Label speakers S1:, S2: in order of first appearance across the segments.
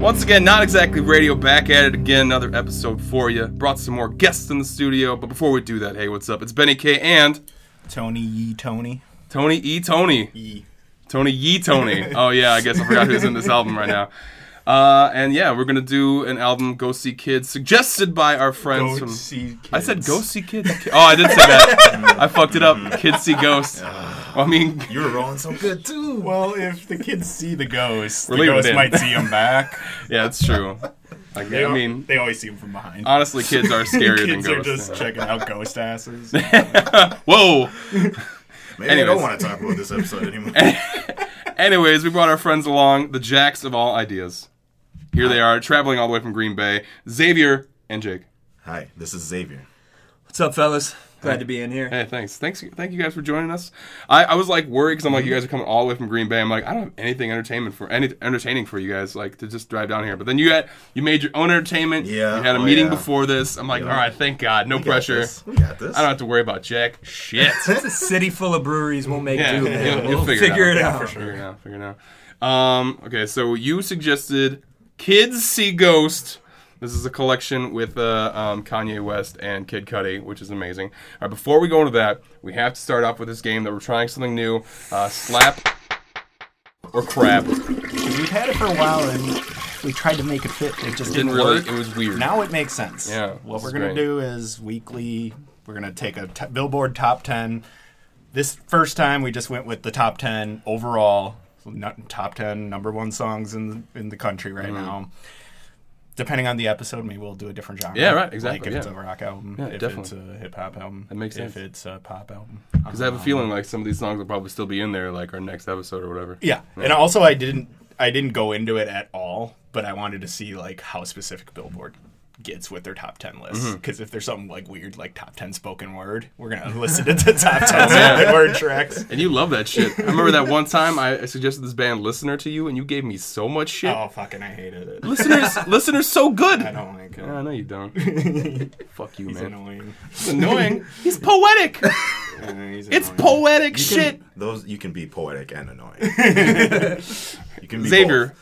S1: Once again, not exactly radio, back at it again, another episode for you. Brought some more guests in the studio, but before we do that, hey, what's up? It's Benny K and
S2: Tony Ye Tony.
S1: Tony E. Tony.
S2: Ye.
S1: Tony Ye Tony. Oh, yeah, I guess I forgot who's in this album right now. Uh, and yeah, we're gonna do an album, Go See Kids, suggested by our friends from. I said Go See Kids. Oh, I did say that. I fucked it up. Kids See Ghosts. Well, I mean,
S3: You were rolling so good too.
S2: Well, if the kids see the ghost, the
S1: leaving it
S2: ghost
S1: in.
S2: might see them back.
S1: yeah, it's true. I, I
S2: They-
S1: mean,
S2: they always see them from behind.
S1: honestly, kids are scarier than
S2: kids are
S1: ghosts.
S2: just checking out ghost asses.
S1: Whoa.
S3: Maybe I don't
S1: Anyways.
S3: want to talk about this episode anymore.
S1: Anyways, we brought our friends along, the jacks of all ideas. Here they are, traveling all the way from Green Bay. Xavier and Jake.
S3: Hi, this is Xavier.
S4: What's up, fellas? Glad to be in here.
S1: Hey, thanks, thanks, thank you guys for joining us. I, I was like worried because I'm
S3: Mm-hmm.
S1: like, you guys are coming all the way from Green Bay. I'm like, I don't have anything entertainment for any entertaining for you guys, like to just drive down here. But then you had you made your own entertainment.
S3: Yeah,
S1: you had a
S3: oh,
S1: meeting
S3: yeah.
S1: before this. I'm like, all right, thank God, no
S3: We got
S1: pressure.
S3: this. We got this.
S1: I don't have to worry about jack shit.
S4: It's a city full of breweries. We'll make
S1: Yeah,
S4: do.
S1: yeah,
S4: man.
S1: you'll
S4: we'll
S1: figure
S4: figure,
S1: it out. Yeah,
S4: it out.
S1: Figure it out. Figure it out. Um, okay, so you suggested "Kids See Ghost." This is a collection with uh, um, Kanye West and Kid Cudi, which is amazing. All right, before we go into that, we have to start off with this game that we're trying something new: uh, slap or crap.
S2: We've had it for a while, and we tried to make it fit. It just didn't,
S1: Didn't really.
S2: work.
S1: It was weird.
S2: Now it makes sense.
S1: Yeah,
S2: What
S1: this
S2: we're
S1: is
S2: gonna
S1: great.
S2: do is weekly. We're gonna take a t- Billboard top ten. This first time we just went with the top ten overall, so not top ten number one songs in the, in the country
S1: Mm.
S2: right now. Depending on the episode, maybe we'll do a different genre.
S1: Yeah, right, exactly,
S2: Like if it's
S1: yeah.
S2: a rock album, if
S1: definitely.
S2: it's a hip hop album,
S1: That makes
S2: if
S1: sense.
S2: it's a pop album.
S1: because I have a feeling like some of these songs will probably still be in there, like our next episode or whatever.
S2: Yeah, and also I didn't I didn't go into it at all, but I wanted to see like how specific Billboard gets with their top ten
S1: Mm-hmm.
S2: lists. Because if there's something like weird, like top ten spoken word, we're gonna listen to the top ten spoken word tracks.
S1: And you love that shit. I remember that one time I I suggested this band "Listener" to you, and you gave me so much shit.
S2: Oh fucking, I hated it.
S1: Listeners, listeners, so good.
S2: I don't like it.
S1: I know you don't. Fuck you,
S2: He's
S1: man.
S2: annoying.
S1: It's annoying. Oh, He's poetic.
S2: Uh, he's
S1: It's
S2: annoying.
S1: poetic
S3: You can-
S1: shit.
S3: Those you can be poetic and annoying. you can be
S1: Xavier,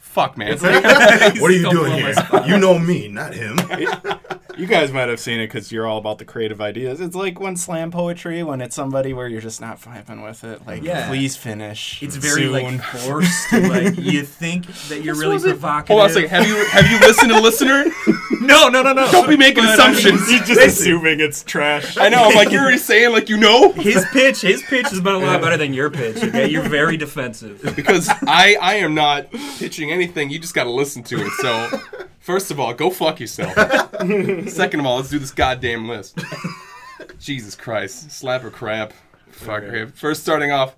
S1: fuck man.
S3: both. What are you
S1: Don't
S3: doing
S1: blow my
S3: here? You know me, not him.
S2: You guys might have seen it because you're all about the creative ideas. It's like when slam poetry, when it's somebody where you're just not vibing with it. Like,
S4: Yeah.
S2: please finish.
S4: It's very
S2: soon.
S4: like forced. like you think that you're really
S1: wasn't-
S4: provocative.
S1: Hold on a second. Have you have you listened to listener?
S4: No, no, no, no.
S1: Don't be making assumptions.
S2: He's just assuming it's trash.
S1: I know. I'm like you're already saying like you know
S4: His pitch, his pitch is about a lot better than your pitch. Okay, you're very defensive.
S1: because I I am not pitching anything. You just got to listen to it. So first of all, go fuck yourself. Second of all, let's do this goddamn list. Jesus Christ, slap or crap. Fuck. Okay. First, starting off,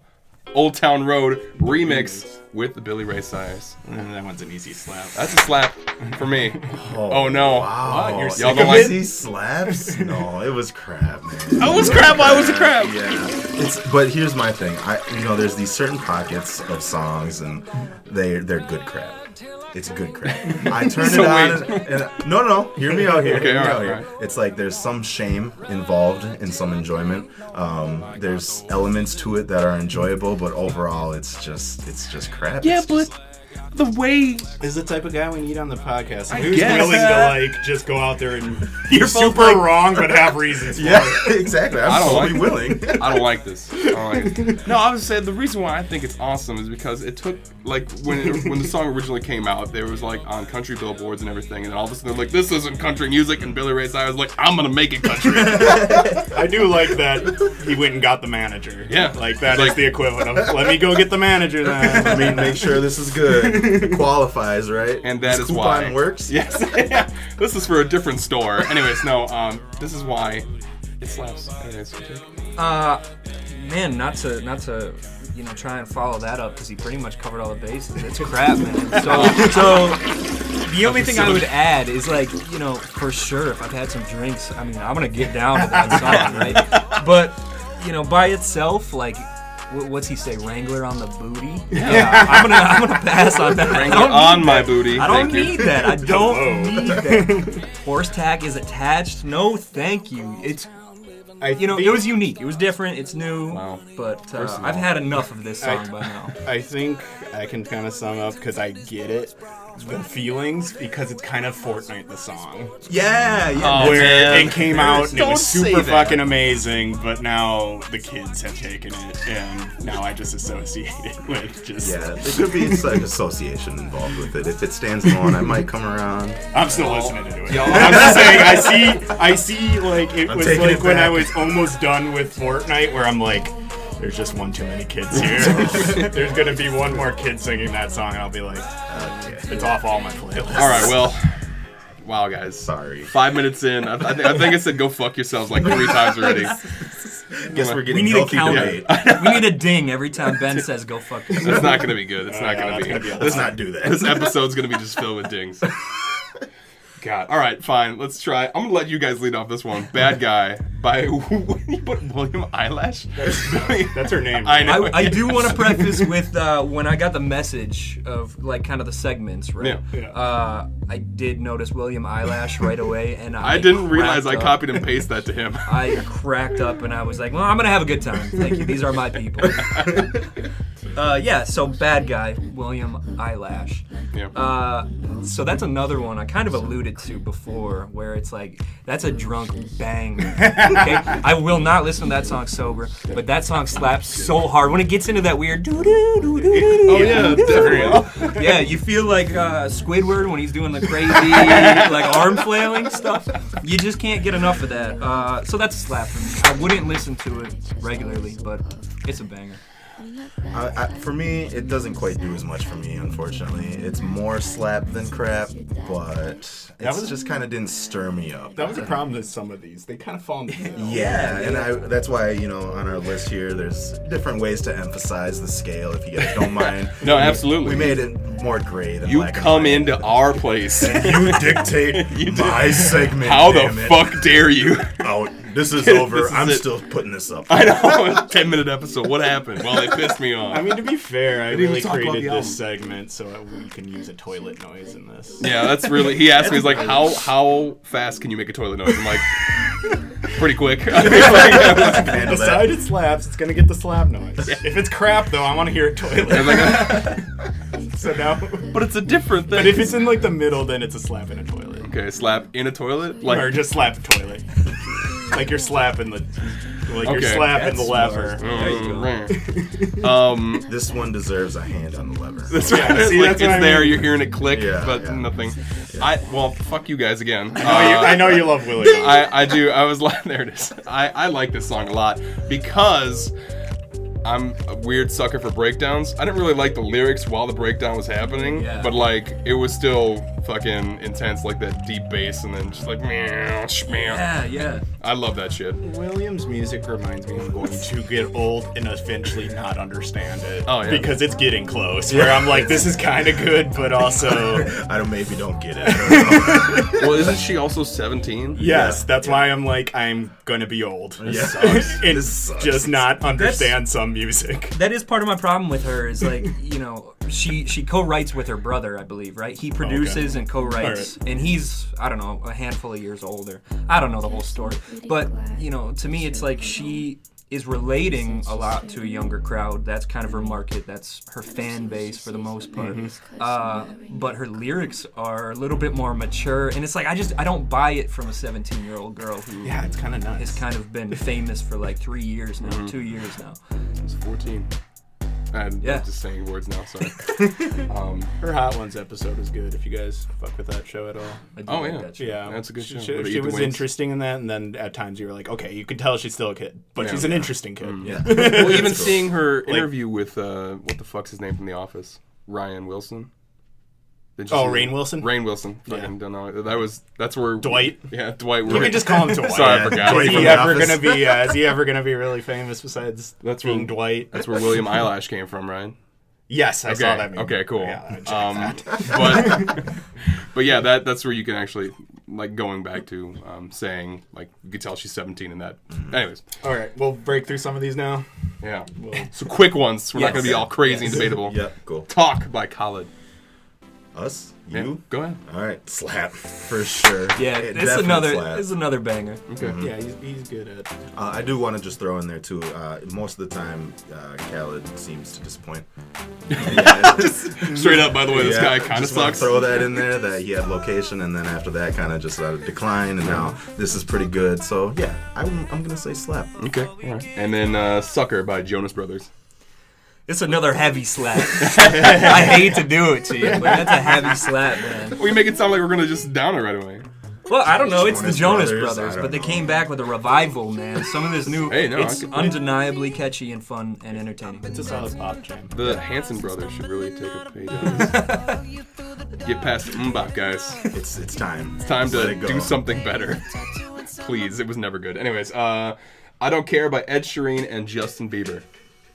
S1: Old Town Road remix with the Billy Ray Cyrus.
S2: And that one's an easy slap.
S1: That's a slap for me. Oh, no.
S3: Wow,
S1: What? You're sick
S3: y'all don't
S1: of it? Oh.
S3: like these slaps? No, it was crap, man.
S1: I was crap. I was a crap.
S3: Yeah, it's but here's my thing. I you know there's these certain pockets of songs and they they're good crap. It's good crap. I turn
S1: So
S3: it on
S1: wait.
S3: and, and- no no hear me out here.
S1: Okay,
S3: hear me
S1: all right,
S3: out here.
S1: all right.
S3: It's like there's some shame involved and some enjoyment. Um, there's elements to it that are enjoyable, but overall it's just it's just crap.
S1: Yeah,
S3: It's
S1: but
S3: just-
S1: the way
S2: is the type of guy we need on the podcast.
S1: I
S2: who's
S1: guess.
S2: willing to like just go out there and you're
S4: both
S2: super wrong but have reasons.
S3: yeah, exactly. I'm
S1: I don't
S3: fully
S1: like-
S3: willing.
S1: I don't like this. I don't like it. No, I was saying the reason why I think it's awesome is because it took like when it, when the song originally came out, there was like on country billboards and everything, and all of a sudden they're like, "This isn't country music," and Billy Ray Cyrus was like, "I'm gonna make it country."
S2: I do like that he went and got the manager.
S1: Yeah.
S2: like that
S1: He's
S2: is
S1: like-
S2: the equivalent of let me go get the manager then.
S3: I mean, make sure this is good. It qualifies, right?
S1: and that
S3: This
S1: is
S3: coupon
S1: why
S3: works.
S1: Yes, yeah. This is for a different store. Anyways, no. Um, this is why it slaps. Anyways, Jake.
S4: Uh, man, not to not to you know try and follow that up because he pretty much covered all the bases. It's crap, man. So so. The only thing I would add is like, you know, for sure, if I've had some drinks, I mean, I'm gonna get down to that song, right? But, you know, by itself, like, wh- what's he say, Wrangler on the booty? Yeah, I'm gonna, I'm gonna pass on that. I
S1: Bring it
S4: don't
S1: on my booty.
S4: I don't
S1: Thank you.
S4: need that. I don't need that. Horse tack is attached. No, thank you. It's
S2: I
S4: you know it was unique. It was different. It's new.
S1: Wow.
S4: But
S1: First
S4: uh,
S1: of
S4: I've
S1: all-
S4: had enough of this song
S2: I-
S4: by now.
S2: I think I can kind of sum up because I get it. the feelings because it's kind of Fortnite the song.
S3: Yeah, yeah.
S1: Oh,
S2: where
S1: man.
S2: it came out and it was
S1: Don't say
S2: super
S1: that.
S2: fucking amazing, but now the kids have taken it and now I just associate it with just.
S3: Yeah, there could be like association involved with it. If it stands alone, I might come around.
S2: I'm still listening to it.
S1: Y'all-
S2: I'm just saying, I see, I see, like it
S3: I'm
S2: was
S3: taking
S2: like
S3: it
S2: when I
S3: back.
S2: was almost done with Fortnite, where I'm like, there's just one too many kids here. there's gonna be one more kid singing that song, and I'll be like,
S3: Okay.
S2: it's off all my playlists.
S1: All right, well, wow, guys.
S3: Sorry.
S1: Five minutes in, I, I, think, I think I said go fuck yourselves like three times already.
S3: Guess we're
S4: We
S3: getting
S4: need a
S3: healthy
S4: count.
S3: debate. Let's
S4: we need a ding every time Ben says "Go fuck yourself."
S1: That's not gonna be good. That's not
S2: no,
S1: gonna
S2: that's
S1: be.
S2: gonna be a
S1: this,
S3: not do that.
S1: this episode's gonna be just filled with dings. God. All right, fine. Let's try. I'm gonna let you guys lead off this one. Bad guy by you put William Eyelash.
S2: That's her name.
S1: I know.
S4: I, I do want to preface with uh, when I got the message of like kind of the segments, right?
S1: Yeah.
S2: Yeah.
S4: Uh, I did notice William Eyelash right away, and I,
S1: I didn't realize I
S4: cracked up.
S1: copied and pasted that to him.
S4: I cracked up and I was like, "Well, I'm gonna have a good time. Thank you. These are my people." uh, yeah. So bad guy William Eyelash.
S1: Yeah.
S4: Uh, so that's another one I kind of alluded to before, where it's like that's a drunk bang. Okay, I will not listen to that song sober, but that song slaps so hard when it gets into that weird doo doo doo doo doo.
S1: oh yeah, definitely.
S4: Yeah, you feel like uh, Squidward when he's doing the crazy like arm flailing stuff. You just can't get enough of that. Uh, so that's a slap for me. I wouldn't listen to it regularly, but it's a banger.
S3: I, I, for me, it doesn't quite do as much for me, unfortunately. It's more slap than crap, but it's
S2: was-
S3: just kind of didn't stir me up.
S2: That was a problem with some of these. They kind of fall in the middle.
S3: Yeah, and I, that's why you know on our list here, there's different ways to emphasize the scale. If you guys don't mind,
S1: No, absolutely.
S3: we made it more gray than
S1: you
S3: black and
S1: come
S3: white.
S1: into our place.
S3: You dictate
S1: You do.
S3: my segment.
S1: How the
S3: damn it.
S1: fuck dare you?
S3: Out. This is
S1: This
S3: over.
S1: is
S3: I'm
S1: it.
S3: still putting this up.
S1: I know. Ten minute episode. What happened? Well, they pissed me off.
S2: I mean, to be fair, I
S1: didn't even
S2: really
S1: talk about
S2: created
S1: the
S2: this segment so that we can use a toilet noise in this.
S1: Yeah, that's really. He asked me, he's like, "How how fast can you make a toilet noise?" I'm like, "Pretty quick." I
S3: Can handle that.
S2: Aside it slaps, it's gonna get the slap noise. If it's crap though, I want to hear a toilet.
S1: was like,
S2: so now,
S1: but it's a different thing.
S2: but if it's in like the middle, then it's a slap in a toilet,
S1: okay, slap in a toilet,
S2: or
S1: like
S2: just slap a toilet. like you're slapping the, like you're
S1: Okay.
S2: slapping the
S4: That's
S2: lever.
S4: There you go.
S1: um,
S3: This one deserves a hand on the lever.
S1: that's right.
S2: Yeah, see,
S1: like,
S2: that's
S1: it's
S2: what I
S1: there.
S2: mean.
S1: You're hearing it click,
S3: Yeah,
S1: but
S3: yeah.
S1: nothing. I well, fuck you guys again.
S2: Oh, you,
S1: Uh,
S2: I know you love Willie.
S1: I, I do. I was like, there it is. I, I like this song a lot because I'm a weird sucker for breakdowns. I didn't really like the lyrics while the breakdown was happening,
S4: Yeah.
S1: but like it was still fucking intense, like that deep bass and then just like meow, shmeow.
S4: Yeah, yeah.
S1: I love that shit.
S2: Williams' music reminds me I'm going to get old and eventually not understand it.
S1: Oh, yeah.
S2: Because it's getting close. Where I'm like, this is kind of good, but also.
S3: I don't maybe don't get it. I don't know.
S1: Well, isn't she also 17?
S2: Yes, that's why I'm like, I'm going to be old.
S3: Yeah.
S2: and
S3: This sucks.
S2: just not understand some music.
S4: That is part of my problem with her is like you know she she co-writes with her brother I believe right
S1: Oh,
S4: he produces and co-writes and he's I don't know a handful of years older I don't know the whole story but you know to me it's like she is relating a lot to a younger crowd that's kind of her market that's her fan base for the most part uh, but her lyrics are a little bit more mature and it's like I just I don't buy it from a 17 year old girl who
S2: Yeah, it's kind of
S4: has
S2: nice.
S4: kind of been famous for like three years
S1: Mm-hmm.
S4: now two years now
S1: She's 14. I'm
S4: Yeah.
S1: just saying words now, sorry.
S2: Her Hot Ones episode was good if you guys fuck with that show at all.
S4: I do
S1: Oh,
S4: like
S1: yeah.
S4: that show.
S2: Yeah,
S1: That's a good
S2: she,
S1: show.
S2: She,
S1: Where they
S2: she
S1: eat the
S2: was
S1: wings.
S2: interesting in that, and then at times you were like, okay, you could tell she's still a kid, but
S1: Yeah. Mm-hmm.
S2: she's an interesting kid.
S1: well, even seeing her interview with, uh, what the fuck's his name from The Office? Ryan Wilson? Did you
S2: Oh,
S1: see-
S2: Rain Wilson?
S1: Rain Wilson. Fucking don't know. That was that's where
S2: Dwight.
S1: Yeah, Dwight.
S2: You can just call him Dwight.
S1: Sorry, I
S3: Yeah.
S1: forgot.
S2: Is
S3: Dwight.
S2: he
S3: From The
S2: ever
S3: Office.
S2: gonna be? Uh, is he ever gonna be really famous besides
S1: That's
S2: being
S1: where-
S2: Dwight?
S1: That's where William Eyelash came from, right?
S2: Yes, I
S1: Okay.
S2: saw that. Meme.
S1: Okay, cool.
S2: Yeah, I checked
S1: um, but
S2: that.
S1: but yeah, that that's where you can actually like going back to um, saying like you could tell she's 17 in that.
S2: Mm-hmm.
S1: Anyways,
S2: All right, we'll break through some of these now.
S1: yeah. So quick ones. We're not
S4: Yes.
S1: gonna be all crazy and debatable.
S3: Yep, cool.
S1: Talk by Khalid.
S3: Us?
S1: Yeah,
S3: You?
S1: Go ahead.
S3: All right. Slap for sure.
S4: Yeah,
S3: It
S4: it's
S3: definitely
S4: another
S3: slap.
S4: it's another banger.
S1: Okay.
S3: Mm-hmm.
S2: Yeah, he's, he's good at.
S3: Uh, I do want to just throw in there too. Uh, most of the time, uh, Khaled seems to disappoint. Yeah,
S1: Straight up, by the way, this guy kind of
S3: just wanna
S1: sucks.
S3: Throw that in there that he had location, and then after that, kind of just uh, decline, and now this is pretty good. So yeah, I'm, I'm gonna say slap.
S1: Okay. All right. And then uh, Sucker by Jonas Brothers.
S4: It's another heavy slap. I hate to do it to you, but that's a heavy slap, man.
S1: We make it sound like we're going to just down it right away.
S4: Well, I don't know. It's the
S3: Jonas
S4: Jonas
S3: Brothers,
S4: Brothers,
S3: I don't
S4: but they
S3: know.
S4: came back with a revival, man. Some of this new,
S1: Hey, no, I
S4: it's
S1: could-
S4: undeniably catchy and fun and entertaining.
S2: It's a solid pop jam.
S1: The Hanson Brothers should really take a page out of this. Get past Mbop, guys.
S3: It's it's time. It's
S1: Time to do something better. Please. It was never good. Anyways, uh, I Don't Care by Ed Sheeran and Justin Bieber.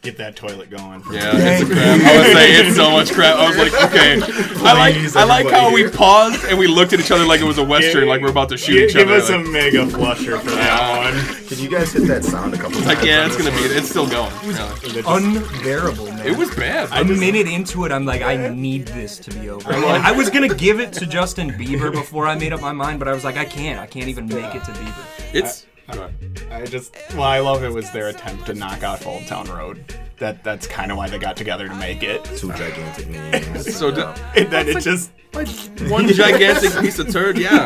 S2: Get that toilet going. For
S1: Yeah, it's a crap. I was saying it's so much crap. I was like, okay. I like
S3: Please,
S1: I like how
S3: everybody.
S1: we paused and we looked at each other like it was a western, like we're about to shoot
S2: Give-
S1: each other.
S2: Give us
S1: like,
S2: a mega flusher for that one.
S3: Can you guys hit that sound a couple times?
S1: like, yeah,
S3: on
S1: it's
S3: this
S1: gonna be.
S3: one?
S1: It's still going. Really.
S4: Unbearable, man.
S1: It was bad.
S4: a minute into it, I'm like, I need this to be over.
S1: I like-
S4: I was gonna give it to Justin Bieber before I made up my mind, but I was like, I can't. I can't even make it to Bieber.
S1: It's.
S2: I just what I love it was their attempt to knock out Old Town Road. That that's kind of why they got together to make it.
S3: Two gigantic names.
S1: So
S3: Yeah.
S1: d-
S2: And then it just
S1: one gigantic piece of turd, yeah.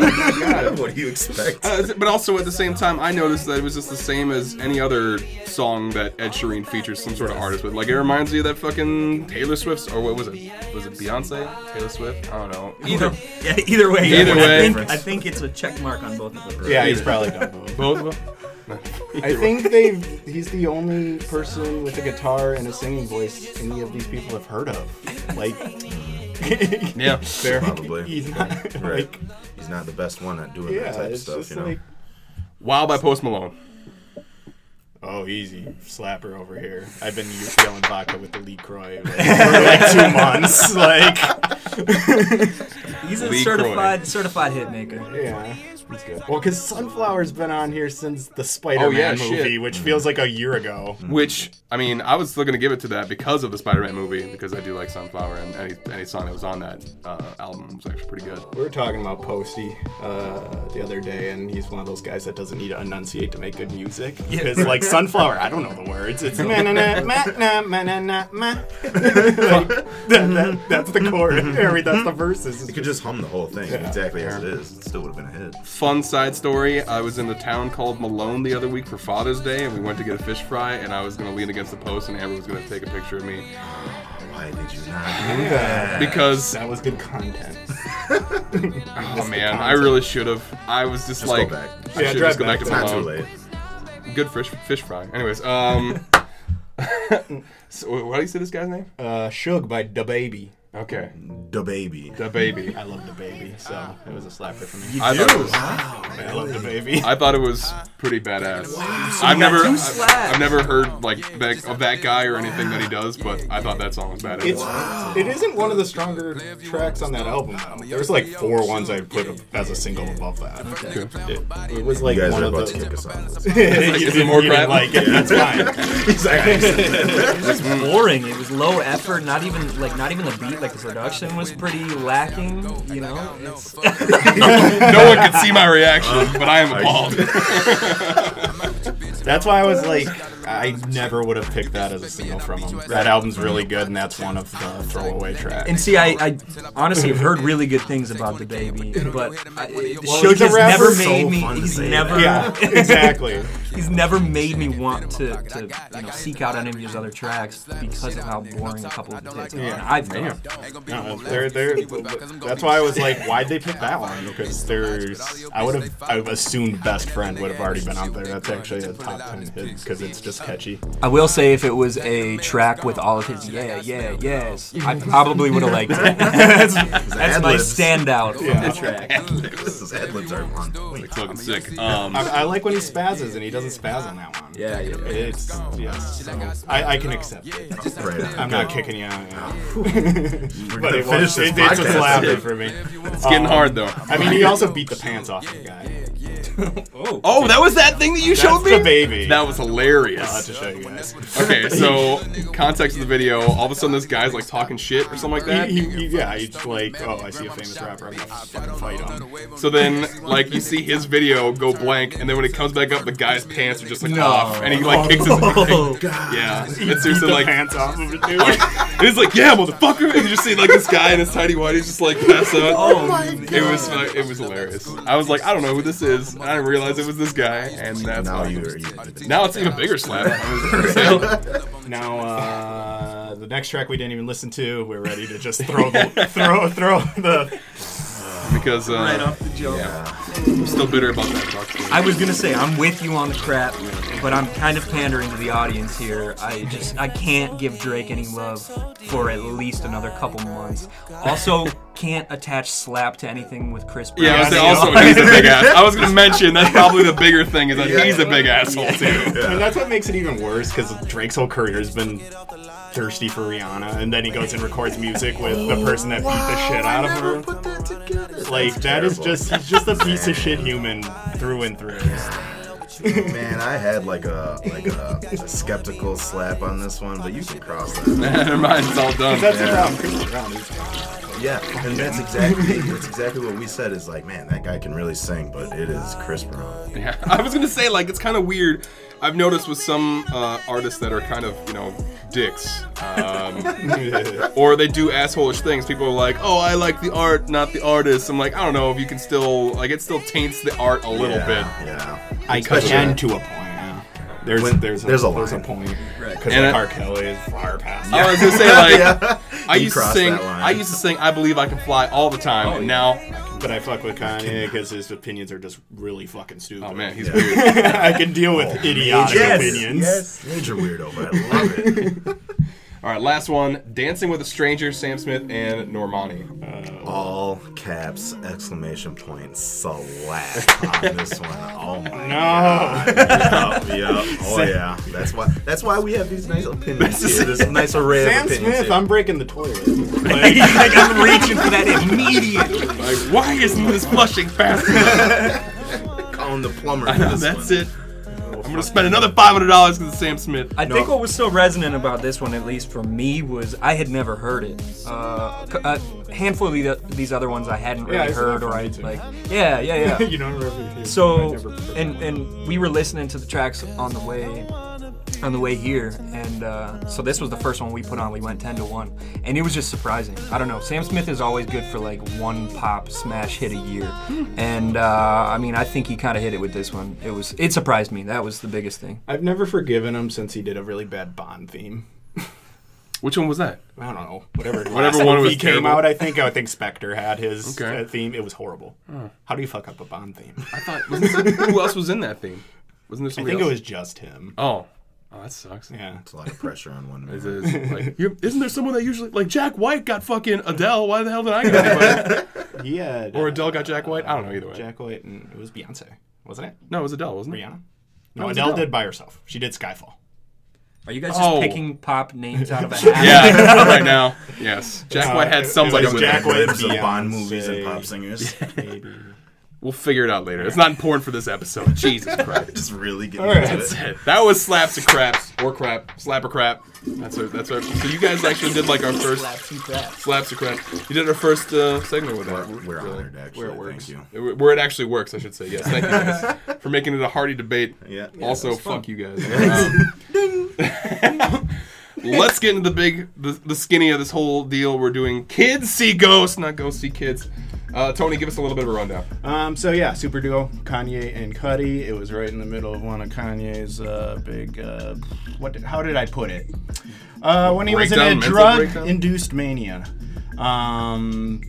S3: what do you expect?
S1: Uh, is it- but also at the same time, I noticed that it was just the same as any other song that Ed Sheeran features some sort of artist with. Like it reminds me of that fucking Taylor Swift's, or what was it? Was it Beyonce? Taylor Swift? I don't know. Either.
S4: yeah, either way.
S1: Either way.
S4: I think, I think it's a check mark on both of those.
S2: yeah, he's probably done both.
S1: Both of them.
S5: I think they've. He's the only person with a guitar and a singing voice any of these people have heard of. Like,
S1: Yeah.
S2: They're
S3: Probably.
S2: he's not,
S3: Right.
S2: like
S3: He's not the best one at doing
S2: yeah,
S3: that type of
S2: it's
S3: stuff,
S2: just
S3: you know.
S2: like
S1: Wow by Post Malone.
S2: oh easy slapper over here. I've been yelling vodka with the Lee Croy like, for like two months. Like
S4: He's a
S1: Lee
S4: certified certified hit maker.
S2: yeah. it's good. Well, because Sunflower's been on here since the Spider-Man
S1: Oh, yeah,
S2: movie,
S1: shit.
S2: which feels like a year ago.
S1: Which I mean, I was still gonna give it to that because of the Spider-Man movie, because I do like Sunflower, and any any song that was on that uh, album was actually pretty good.
S2: We were talking about Posty uh, the other day, and he's one of those guys that doesn't need to enunciate to make good music. Because, like, Sunflower, I don't know the words. It's na na na ma na ma na na ma. Like, that, that, that's the chorus. I mean, that's the verses.
S3: You could just hum the whole thing exactly as it is. It still would have been a hit.
S1: Fun side story: I was in the town called Malone the other week for Father's Day, and we went to get a fish fry, and I was gonna lean against the post, and Amber was gonna take a picture of me
S3: Why did you not? do
S2: Yeah.
S1: because
S2: That was good content.
S1: oh man, I really should have. I was just,
S3: Just
S1: like,
S3: go back.
S1: I
S2: Yeah,
S1: should
S2: drive
S1: just go back,
S2: back.
S1: to
S3: It's
S1: Malone.
S3: not too late.
S1: Good fish fish fry. Anyways, um, so, why do you say this guy's name?
S2: Uh, Shug by Da Baby.
S1: Okay,
S3: The baby.
S1: the baby.
S2: I love Da Baby, so it was a slapper for me.
S1: I thought it was.
S2: I love Da Baby.
S1: I thought it was pretty badass. I've never,
S4: two
S1: I've,
S4: slaps.
S1: I've never heard like that, of that guy or anything that he does, but I thought that song was badass.
S2: It's it isn't one of the stronger tracks on that album. Though. There's like four ones I put as a single above that. It, it was like
S3: You guys
S2: one
S3: are
S2: of
S3: about to
S2: the.
S3: kick us on this.
S2: It's
S1: Is it more crap?
S2: like it. That's fine.
S4: It was boring. It was low effort. Not even like not even the beat. Like the production was pretty lacking. You know, it's
S1: no one can see my reaction, but Uh, I am appalled.
S2: That's why I was like, I never would have picked that as a single from him. That album's really good, and that's one of the throwaway tracks.
S4: And see, I, I honestly have heard really good things about the baby, but I,
S2: he's a
S4: Shug has
S2: rapper.
S4: never
S2: So
S4: made me.
S3: fun to
S4: He's
S3: say
S4: never.
S2: yeah, exactly.
S4: He's never made me want to, to you know, seek out any of his other tracks because of how boring a couple of the hits. Yeah. I've done.
S2: No, they're, they're, that's why I was like, why'd they pick that one? Because there's, I would have, I assumed Best Friend would have already been out there. That's actually a top ten hit because it's just catchy.
S4: I will say, if it was a track with all of his yeah, yeah, yes, I probably would have liked it. that's that's my
S3: ad-libs.
S4: standout from
S2: Yeah.
S4: the track.
S3: His ad libs are on point.
S1: It's fucking sick. Um,
S2: I, I like when he spazzes and he doesn't spaz on that one.
S4: Yeah, yeah.
S2: It's yes. So I, I can accept it.
S3: Right on.
S2: I'm not kicking you out.
S3: We're
S2: But
S3: gonna
S2: it was,
S3: finish this
S2: it, it's a
S3: podcast.
S2: slapper for me.
S1: Um, it's getting hard though.
S2: I mean, he also beat the pants off the guy.
S4: Oh,
S1: Oh, that was that thing that you showed
S2: That's
S1: me.
S2: the baby.
S1: That was hilarious.
S2: to show you guys.
S1: Okay, so context of the video. All of a sudden, this guy's like talking shit or something like that.
S2: He- he- yeah, he's like, oh, I see a famous rapper. I'm gonna fucking fight him.
S1: So then, like, you see his video go blank, and then when it comes back up, the guy's pants are just like off, and he like kicks his. Yeah, it's
S2: Beat
S1: seriously
S2: the
S1: like, and
S2: pants off of it, dude.
S1: he's like, yeah, motherfucker, and you just see like this guy in his tiny white, he's just like, that's out.
S4: Oh my
S1: It was like, it was hilarious. I was like, I don't know who this is. And I didn't realize it was this guy, and that's
S3: now
S1: why.
S3: you are you.
S1: Now it's even bigger slap. I was gonna say,
S2: Now, uh, the next track we didn't even listen to, we're ready to just throw the, throw throw the.
S1: because uh,
S4: right off the joke.
S1: I'm still bitter about that. Box
S4: I was gonna say I'm with you on the crap, but I'm kind of pandering to the audience here. I just I can't give Drake any love for at least another couple months. Also, can't attach slap to anything with Chris Brown.
S1: yeah, I was
S2: Yeah,
S1: saying also
S2: I know.
S1: he's a big ass. I was gonna mention that's probably the bigger thing is that he's a big asshole too.
S2: And that's what makes it even worse because Drake's whole career has been thirsty for Rihanna, and then he goes and records music with the person that beat the shit out of her.
S3: Put that together.
S2: Like
S3: That's
S2: that is
S3: terrible.
S2: just he's just a piece of shit human through and through.
S3: man. I had like a like a, a skeptical slap on this one, but you can cross that.
S1: Never mind, it's all done.
S2: That's
S3: Yeah.
S2: around Chris Brown. He's
S3: Yeah, and that's exactly that's exactly what we said. Is like, man, that guy can really sing, but it is Chris Brown.
S1: Yeah. I was gonna say like it's kind of weird. I've noticed with some uh, artists that are kind of you know dicks, um, or they do assholeish things. People are like, "Oh, I like the art, not the artist." I'm like, I don't know if you can still like it still taints the art a little
S3: yeah, Yeah.
S2: I
S3: Especially-
S2: can to a point. yeah. There's
S3: When-
S2: there's
S3: there's a
S2: there's a
S3: line.
S2: point
S4: Right.
S2: because
S1: And
S2: like
S1: I-
S2: R. Kelly is far past.
S1: bit. I was gonna say like I
S3: You
S1: used to
S3: crossed
S1: sing
S3: that line. Oh,
S1: I used to sing I believe I can fly all the time, and now
S2: But I fuck with Kanye because his opinions are just really fucking stupid.
S1: oh man, he's weird.
S2: I can deal with idiotic
S3: Oh, Yes,
S2: opinions.
S3: yes, major weirdo, but I love it.
S1: All right, last one: Dancing with a Stranger, Sam Smith and Normani.
S3: All caps, exclamation point, slap on this one. Oh my
S2: No,
S3: god. Yeah. Oh yeah. That's why that's why we have these nice opinions here. This nice array of
S2: Sam
S3: opinions.
S2: Smith,
S3: here.
S2: I'm breaking the toilet.
S4: like I'm reaching for that immediately.
S1: Like, why isn't this flushing fast enough?
S3: calling the plumber.
S1: I know,
S3: for this
S1: that's
S3: one.
S1: it. I'm gonna spend another five hundred dollars because of Sam Smith.
S4: I think what was so resonant about this one, at least for me, was I had never heard it. Uh, c- a handful of the, these other ones I hadn't really
S2: Yeah, it's
S4: heard,
S2: not
S4: or
S2: for
S4: I
S2: me too.
S4: like, yeah, yeah, yeah.
S2: you know. whatever it is.
S4: so,
S2: I've never preferred
S4: and
S2: that.
S4: and we were listening to the tracks on the way, on the way here, and uh, so this was the first one we put on. We went ten to one, and it was just surprising. I don't know. Sam Smith is always good for like one pop smash hit a year,
S2: Hmm.
S4: and uh, I mean, I think he kind of hit it with this one. It was it surprised me. That was the biggest thing.
S2: I've never forgiven him since he did a really bad Bond theme.
S1: Which one was that?
S2: I don't know, whatever.
S1: Whatever
S2: last
S1: one
S2: movie
S1: was
S2: came
S1: terrible.
S2: out, I think I think Spectre had his
S1: Okay.
S2: uh, theme. It was horrible. How do you fuck up a Bond theme?
S1: I thought. Wasn't there, who else was in that theme? Wasn't there
S2: I
S1: somebody
S2: think it
S1: else?
S2: was just him.
S1: Oh, oh, that sucks.
S2: Yeah.
S3: It's a lot of pressure on one
S1: Is
S3: man.
S1: it, like, you- isn't there someone that usually like Jack White got fucking Adele? Why the hell did I get anybody?
S2: Yeah.
S1: or Adele got Jack White? I don't know either way.
S2: uh, Jack White and it was Beyonce, wasn't it?
S1: No, it was Adele, wasn't it?
S2: Rihanna. No,
S1: it was
S2: Adele,
S1: Adele.
S2: did by herself. She did Skyfall.
S4: Are you guys just
S1: Oh.
S4: picking pop names out of a hat?
S1: Yeah, right now, yes. Jack White had
S2: Uh, it- it
S1: somebody
S2: was
S1: with
S2: Jack
S1: Jack
S2: White.
S3: Ribs of
S2: Beyonce.
S3: Bond movies and pop singers.
S2: Maybe.
S1: We'll figure it out later. It's not important for this episode. Jesus Christ.
S3: Just really getting
S2: right.
S3: into it.
S1: That was slaps to craps or crap, slap or crap. That's our, that's our. So you guys actually did like our first slaps to crap. You did our first uh, segment with that.
S3: We're, we're honored, actually.
S2: Where it works.
S3: Thank you.
S1: Where where it actually works, I should say. Yes, thank you guys for making it a hearty debate.
S3: Yeah. Yeah,
S1: also,
S3: that
S1: fuck you guys. Um, let's get into the big, the, the skinny of this whole deal. We're doing kids see ghosts, not ghosts see kids. Uh, Tony, give us a little bit of a rundown.
S2: Um, so yeah, super duo Kanye and Cudi. It was right in the middle of one of Kanye's uh, big. Uh, what? Did, how did I put it? Uh, when he was
S1: Breakdown,
S2: in a
S1: mental breakdown?
S2: drug-induced mania. Um,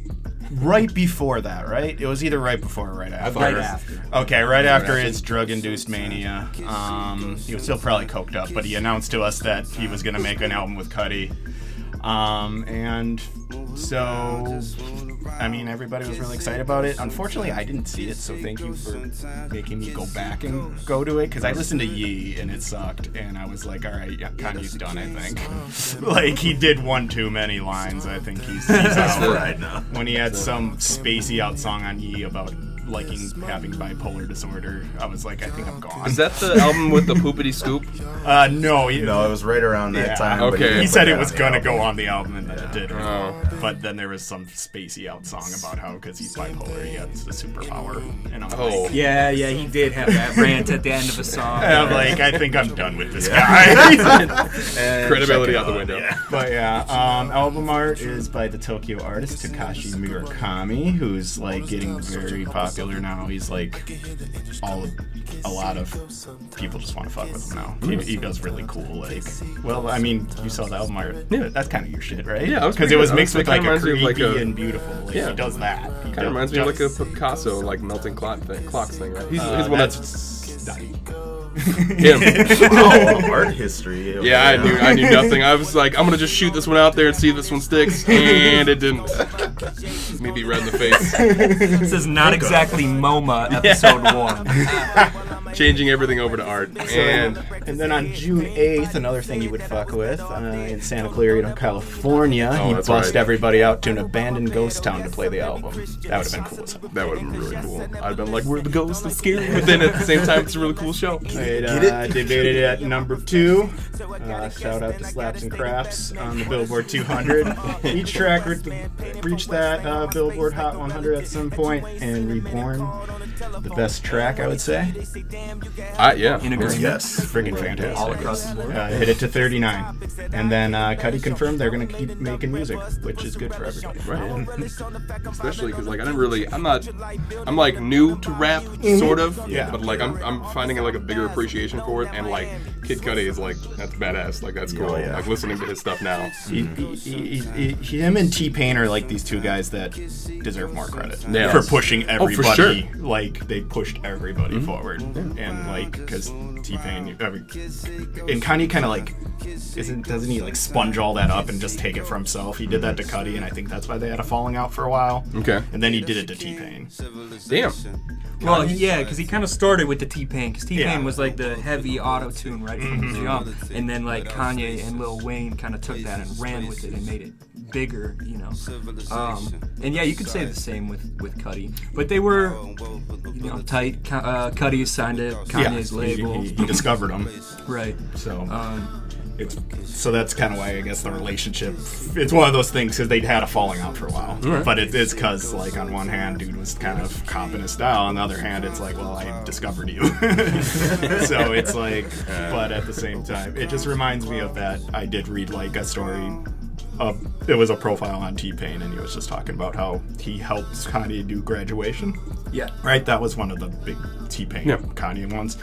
S2: right before that, right? It was either right before or right after.
S1: thought it
S4: Right after.
S2: Okay, right after his drug-induced mania, um, he was still probably coked up, but he announced to us that he was going to make an album with Cudi. Um, and so, I mean, everybody was really excited about it. Unfortunately, I didn't see it, so thank you for making me go back and go to it because I listened to Yee and it sucked, and I was like, all right, yeah, Kanye's done, I think. like he did one too many lines. I think he's, he's out
S3: Right now.
S2: when he had some spacey out song on Yee about liking having bipolar disorder, I was like, I think I'm gone.
S6: Is that the album with the poopity scoop?
S2: uh, no, you
S3: No, it was right around that
S2: Yeah.
S3: time. but
S6: Okay.
S3: didn't
S2: He
S3: put
S2: said it
S3: on
S2: was
S3: the
S2: gonna
S3: album.
S2: go on the album, and then it did.
S6: Oh.
S2: But then there was some spacey out song about how because he's bipolar, he has the superpower, and I'm
S1: Oh.
S2: like,
S4: Yeah, yeah, he did have that rant at the end of a song.
S2: and I'm like, I think I'm done with this guy.
S1: Credibility out the window.
S2: but yeah, um, album art is by the Tokyo artist Takashi Murakami, who's like getting very popular now. He's like all of, a lot of people just want to fuck with him now. He, he does really cool. Like, well, I mean, you saw the album art. Yeah, that's kind of your shit, right?
S1: Yeah, I was
S2: because
S1: pretty
S2: it was
S1: good. I
S2: mixed
S1: was- it
S2: with like
S1: kinda
S2: a creepy
S1: reminds me of, like, a-
S2: and beautiful. Like,
S1: Yeah.
S2: He does that. He
S1: Kind of reminds me of like a Picasso, like melting clock thing, clocks thing, right? He's,
S6: Uh,
S1: he's one that's him.
S3: Wow, art history. over
S1: Yeah, I
S3: there.
S1: knew I knew nothing. I was like, I'm gonna just shoot this one out there and see if this one sticks, and it didn't. Maybe red in the face,
S4: This is not exactly MoMA episode one.
S1: changing everything over to art. And
S5: And then on June 8th, another thing you would fuck with uh, in Santa Clarita, California,
S1: Oh,
S5: he
S1: that's
S5: bust
S1: right.
S5: everybody out to an abandoned ghost town to play the album. That would have been cool. as hell.
S1: that would have been really cool. I'd have been like, we're the ghosts, it's scary, but then at the same time, it's a really cool show.
S5: It uh, debuted at number two. Uh, shout out to Slaps and Craps on the Billboard 200. Each track re- reached that uh, Billboard Hot 100 at some point, and Reborn, the best track, I would say.
S1: I, yeah,
S4: In agreement.
S3: Yes.
S5: Friggin' fantastic.
S4: All across the board.
S5: Uh, hit it to 39. And then uh, Cuddy confirmed they're going to keep making music, which is good for everybody.
S1: Right. Especially because like I didn't really, I'm not, I'm like new to rap, sort of.
S5: Yeah.
S1: But like I'm, I'm finding like a bigger appreciation for it, and like Kid Cudi is like that's badass, like that's cool.
S3: Oh, yeah.
S1: Like listening to his stuff now.
S5: He, he, he, he, he- him and T Pain are like these two guys that deserve more credit
S1: Yeah.
S2: for pushing
S1: Oh, for
S2: everybody.
S1: sure. Mm-hmm.
S2: Like they pushed everybody forward, and like because T Pain, I mean, and Kanye kind of like isn't doesn't he like sponge all that up and just take it for himself? He did that to Cudi, and I think that's why they had a falling out for a while.
S1: Okay.
S2: and then he did it to T Pain.
S1: Damn.
S4: Well, he- yeah, because he kind of started with the T Pain, because T Pain
S2: Yeah.
S4: was like the heavy auto tune right from the jump, and then like Kanye and Lil Wayne kind of took that and ran with it and made it bigger, you know. Um, and yeah, you could say the same with with Cudi, but they were you know tight. Ka- Uh, Cudi signed to Kanye's label,
S2: he, he discovered him.
S4: right?
S2: So
S4: Um,
S2: it's so that's kind of why I guess the relationship. It's one of those things because they'd had a falling out for a while, but it, it's because like on one hand, dude was kind of copping his style. On the other hand, it's like, well, I discovered you, so it's like. But at the same time, it just reminds me of that. I did read like a story. Of, it was a profile on T Pain, and he was just talking about how he helped Kanye do graduation
S4: yeah.
S2: right? That was one of the big T Pain
S1: Yeah.
S2: Kanye ones.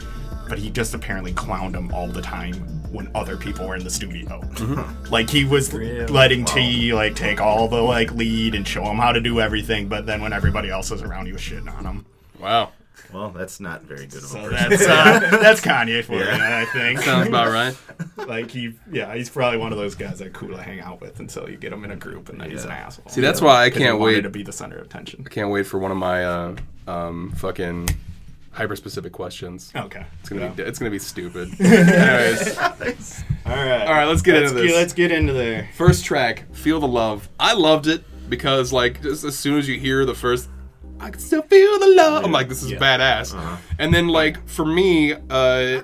S2: But he just apparently clowned him all the time when other people were in the studio.
S1: Mm-hmm.
S2: Like he was letting T like take all the like lead and show him how to do everything, but then when everybody else was around, he was shitting on him.
S1: Wow.
S3: Well, that's not very good of a
S2: So
S3: person.
S2: that's uh, that's Kanye for you, I think.
S1: Sounds about right.
S2: like he, yeah, he's probably one of those guys that cool to hang out with until you get him in a group, and then he's an asshole.
S1: See, that's why I
S2: 'Cause he
S1: can't
S2: wanted
S1: wait.
S2: to be the center of attention.
S1: Can't wait for one of my uh, um, fucking hyper-specific questions.
S2: Okay,
S1: It's gonna be it's gonna be stupid. Anyways, all
S5: All right.
S1: right, let's get
S5: Let's
S1: into
S5: get,
S1: this.
S5: let's get into there.
S1: First track, "Feel the Love." I loved it because like just as soon as you hear the first, I can still feel the love. I'm like, this is badass.
S3: Uh-huh.
S1: And then like for me, uh,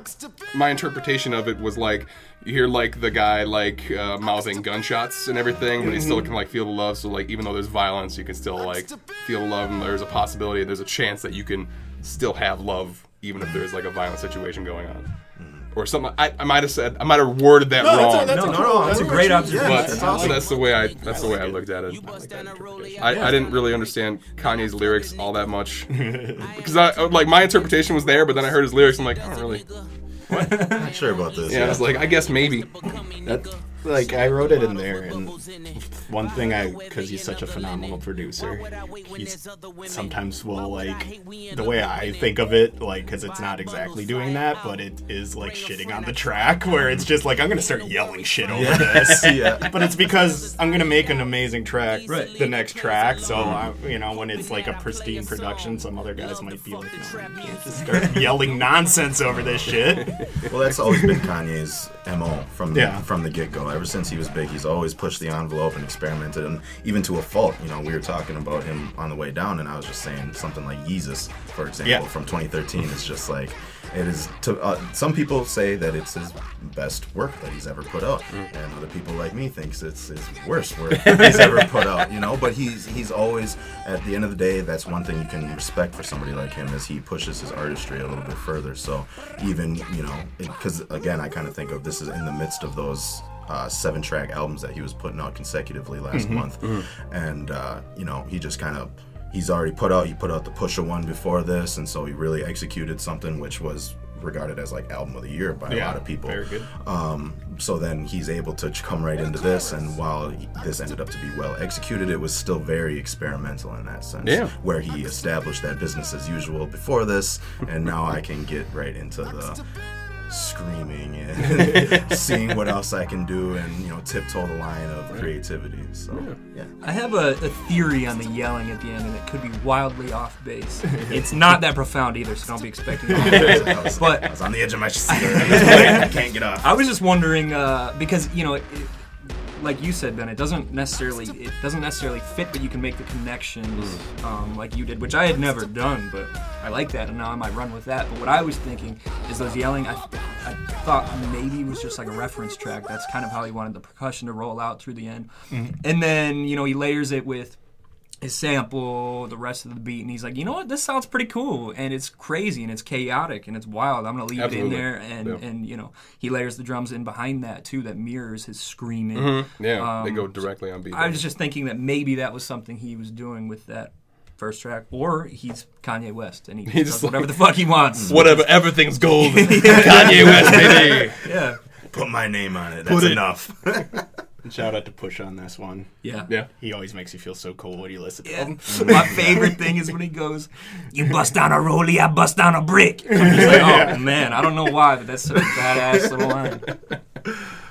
S1: my interpretation of it was like you hear like the guy like uh, mouthing gunshots and everything, but he
S3: Mm-hmm.
S1: still can like feel the love. So like even though there's violence, you can still like feel the love, and there's a possibility, and there's a chance that you can still have love even if there's like a violent situation going on. Or something. I, I might have said. I might have worded that wrong
S3: Mm-hmm. no, no, that's
S4: a great observation.
S1: but
S3: that's
S1: that's,
S3: awesome.
S1: the way I that's the way I looked at it. I, I didn't really understand Kanye's lyrics all that much because I like my interpretation was there, but then I heard his lyrics. I'm like, I don't really.
S3: Not sure about this.
S1: Yeah, I was like, I guess maybe.
S5: That, like I wrote it in there, and one thing I, because he's such a phenomenal producer,
S2: he's sometimes will like the way I think of it, like because it's not exactly doing that, but it is like shitting on the track where it's just like I'm gonna start yelling shit over this.
S3: yeah.
S2: But it's because I'm gonna make an amazing track,
S4: Right.
S2: the next track. So I, you know, when it's like a pristine production, some other guys might be like, "Oh, "No, you can't just start yelling nonsense over this shit."
S3: Well, that's always been Kanye's mo from the,
S2: Yeah.
S3: from the get go. I Ever since he was big, he's always pushed the envelope and experimented, and even to a fault. You know, we were talking about him on the way down, and I was just saying something like Yeezus, for example,
S2: Yeah.
S3: from 2013 is just like it is. To uh, some people say that it's his best work that he's ever put out, and other people like me thinks it's his worst work he's ever put out. You know, but he's he's always at the end of the day. That's one thing you can respect for somebody like him is he pushes his artistry a little bit further. So even you know, because again, I kind of think of this is in the midst of those uh, seven track albums that he was putting out consecutively last month. And, uh, you know, he just kind of, he's already put out, he put out the Pusha one before this. And so he really executed something which was regarded as like album of the year by a lot of people.
S2: Very good.
S3: Um, so then he's able to ch- come right into this, and while this ended up to be well executed, it was still very experimental in that sense.
S1: Yeah.
S3: Where he established that business as usual before this, and now I can get right into the screaming and seeing what else I can do, and you know, tiptoe the line of creativity. So yeah,
S4: I have a, a theory on the yelling at the end, and it could be wildly off base. it's not that profound either, so don't be expecting it.
S3: I, was,
S4: But-
S3: I was on the edge of my seat. I can't get off.
S4: I was just wondering uh, because you know, it, it, like you said, Ben, it doesn't necessarily it doesn't necessarily fit, but you can make the connections
S1: Mm.
S4: um, like you did, which I had never done, but I like that, and now I might run with that. But what I was thinking is those yelling. I, I thought maybe it was just like a reference track. That's kind of how he wanted the percussion to roll out through the end,
S1: Mm-hmm.
S4: and then you know he layers it with his sample, the rest of the beat, and he's like, you know what, this sounds pretty cool, and it's crazy, and it's chaotic, and it's wild. I'm gonna leave
S1: Absolutely.
S4: it in there, and
S1: Yeah.
S4: and you know he layers the drums in behind that too, that mirrors his screaming.
S1: Mm-hmm. Yeah, they
S4: Um,
S1: go directly on beat.
S4: I was just thinking that maybe that was something he was doing with that first track, or he's Kanye West and he,
S1: He's
S4: does
S1: like-
S4: whatever the fuck he wants.
S1: Whatever, everything's gold. Kanye West, baby.
S4: Yeah,
S3: Put my name on it. That's
S2: Put it-
S3: enough.
S2: Shout out to Push on this one.
S4: yeah,
S1: Yeah.
S2: He always makes you feel so cool when you listen to
S4: Yeah.
S2: him.
S4: My favorite thing is when he goes, "You bust down a rollie, I bust down a brick." I'm just like, oh man, I don't know why, but that's such a badass little line.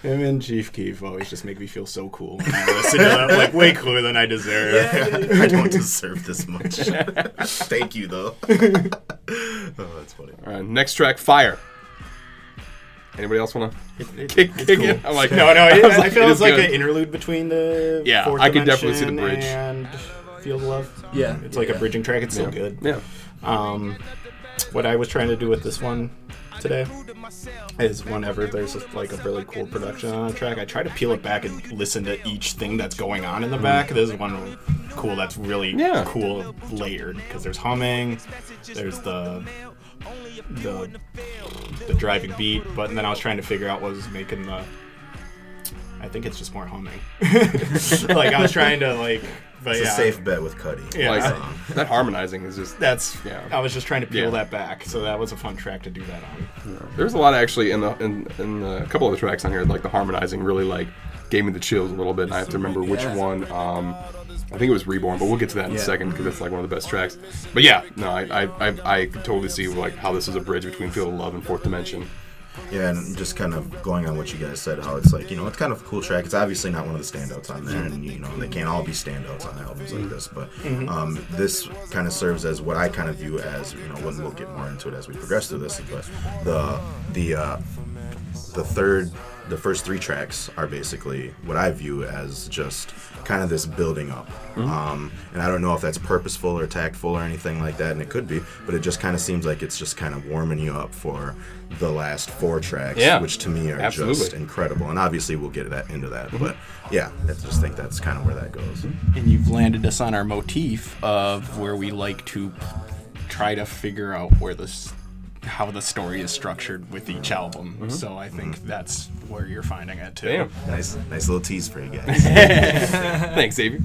S2: Him and Chief Keef always just make me feel so cool when I listen to them. Like way cooler than I deserve.
S3: I don't deserve this much. Thank you, though. oh, that's funny.
S1: All right, next track, Fire. Anybody else want to kick, kick it? I'm like,
S2: No, no, it,
S1: I was
S2: Oh, I feel
S1: it
S2: it's
S1: is
S2: like
S1: good.
S2: an interlude between the
S1: Yeah,
S2: fourth
S1: I could definitely see the
S2: Dimension
S1: bridge.
S2: and Field of Love.
S4: Yeah,
S2: It's like a bridging track. It's so good.
S1: Yeah.
S2: Um, what I was trying to do with this one today is whenever there's a, like a really cool production on a track, I try to peel it back and listen to each thing that's going on in the back.
S3: Mm.
S2: There's one cool that's really
S1: Yeah.
S2: cool layered because there's humming, there's the the the driving beat, but then I was trying to figure out what was making the. I think it's just more humming. like I was trying to like, but
S3: It's
S2: yeah,
S3: a safe bet with Cuddy. Um,
S2: Yeah.
S1: Like, that harmonizing is just.
S2: that's
S1: Yeah.
S2: I was just trying to peel
S1: Yeah.
S2: that back, so that was a fun track to do that on.
S1: There's a lot actually in the in, in the, a couple of the tracks on here, like the harmonizing really like gave me the chills a little bit. And I have to remember which
S4: Yeah.
S1: one. Um, I think it was Reborn, but we'll get to that in a
S4: Yeah.
S1: second because it's like one of the best tracks. But yeah, no, I I, I I could totally see like how this is a bridge between Field of Love and Fourth Dimension.
S3: Yeah, and just kind of going on what you guys said, how it's like, you know, it's kind of a cool track. It's obviously not one of the standouts on there, and, you know, they can't all be standouts on albums like this, but
S2: Mm-hmm.
S3: um, this kind of serves as what I kind of view as, you know, when we'll get more into it as we progress through this, but the, the, uh, the third the first three tracks are basically what i view as just kind of this building up
S1: Hmm.
S3: um, and i don't know if that's purposeful or tactful or anything like that and it could be but it just kind of seems like it's just kind of warming you up for the last four tracks
S1: Yeah.
S3: which to me are
S1: Absolutely. Mm-hmm.
S3: just incredible and obviously we'll get that into that but yeah i just think that's kind of where that goes
S2: And you've landed us on our motif of where we like to try to figure out where this how the story is structured with each album. So I think that's where you're finding it too.
S1: Damn,
S3: nice nice little tease for you guys
S1: thanks, Xavier.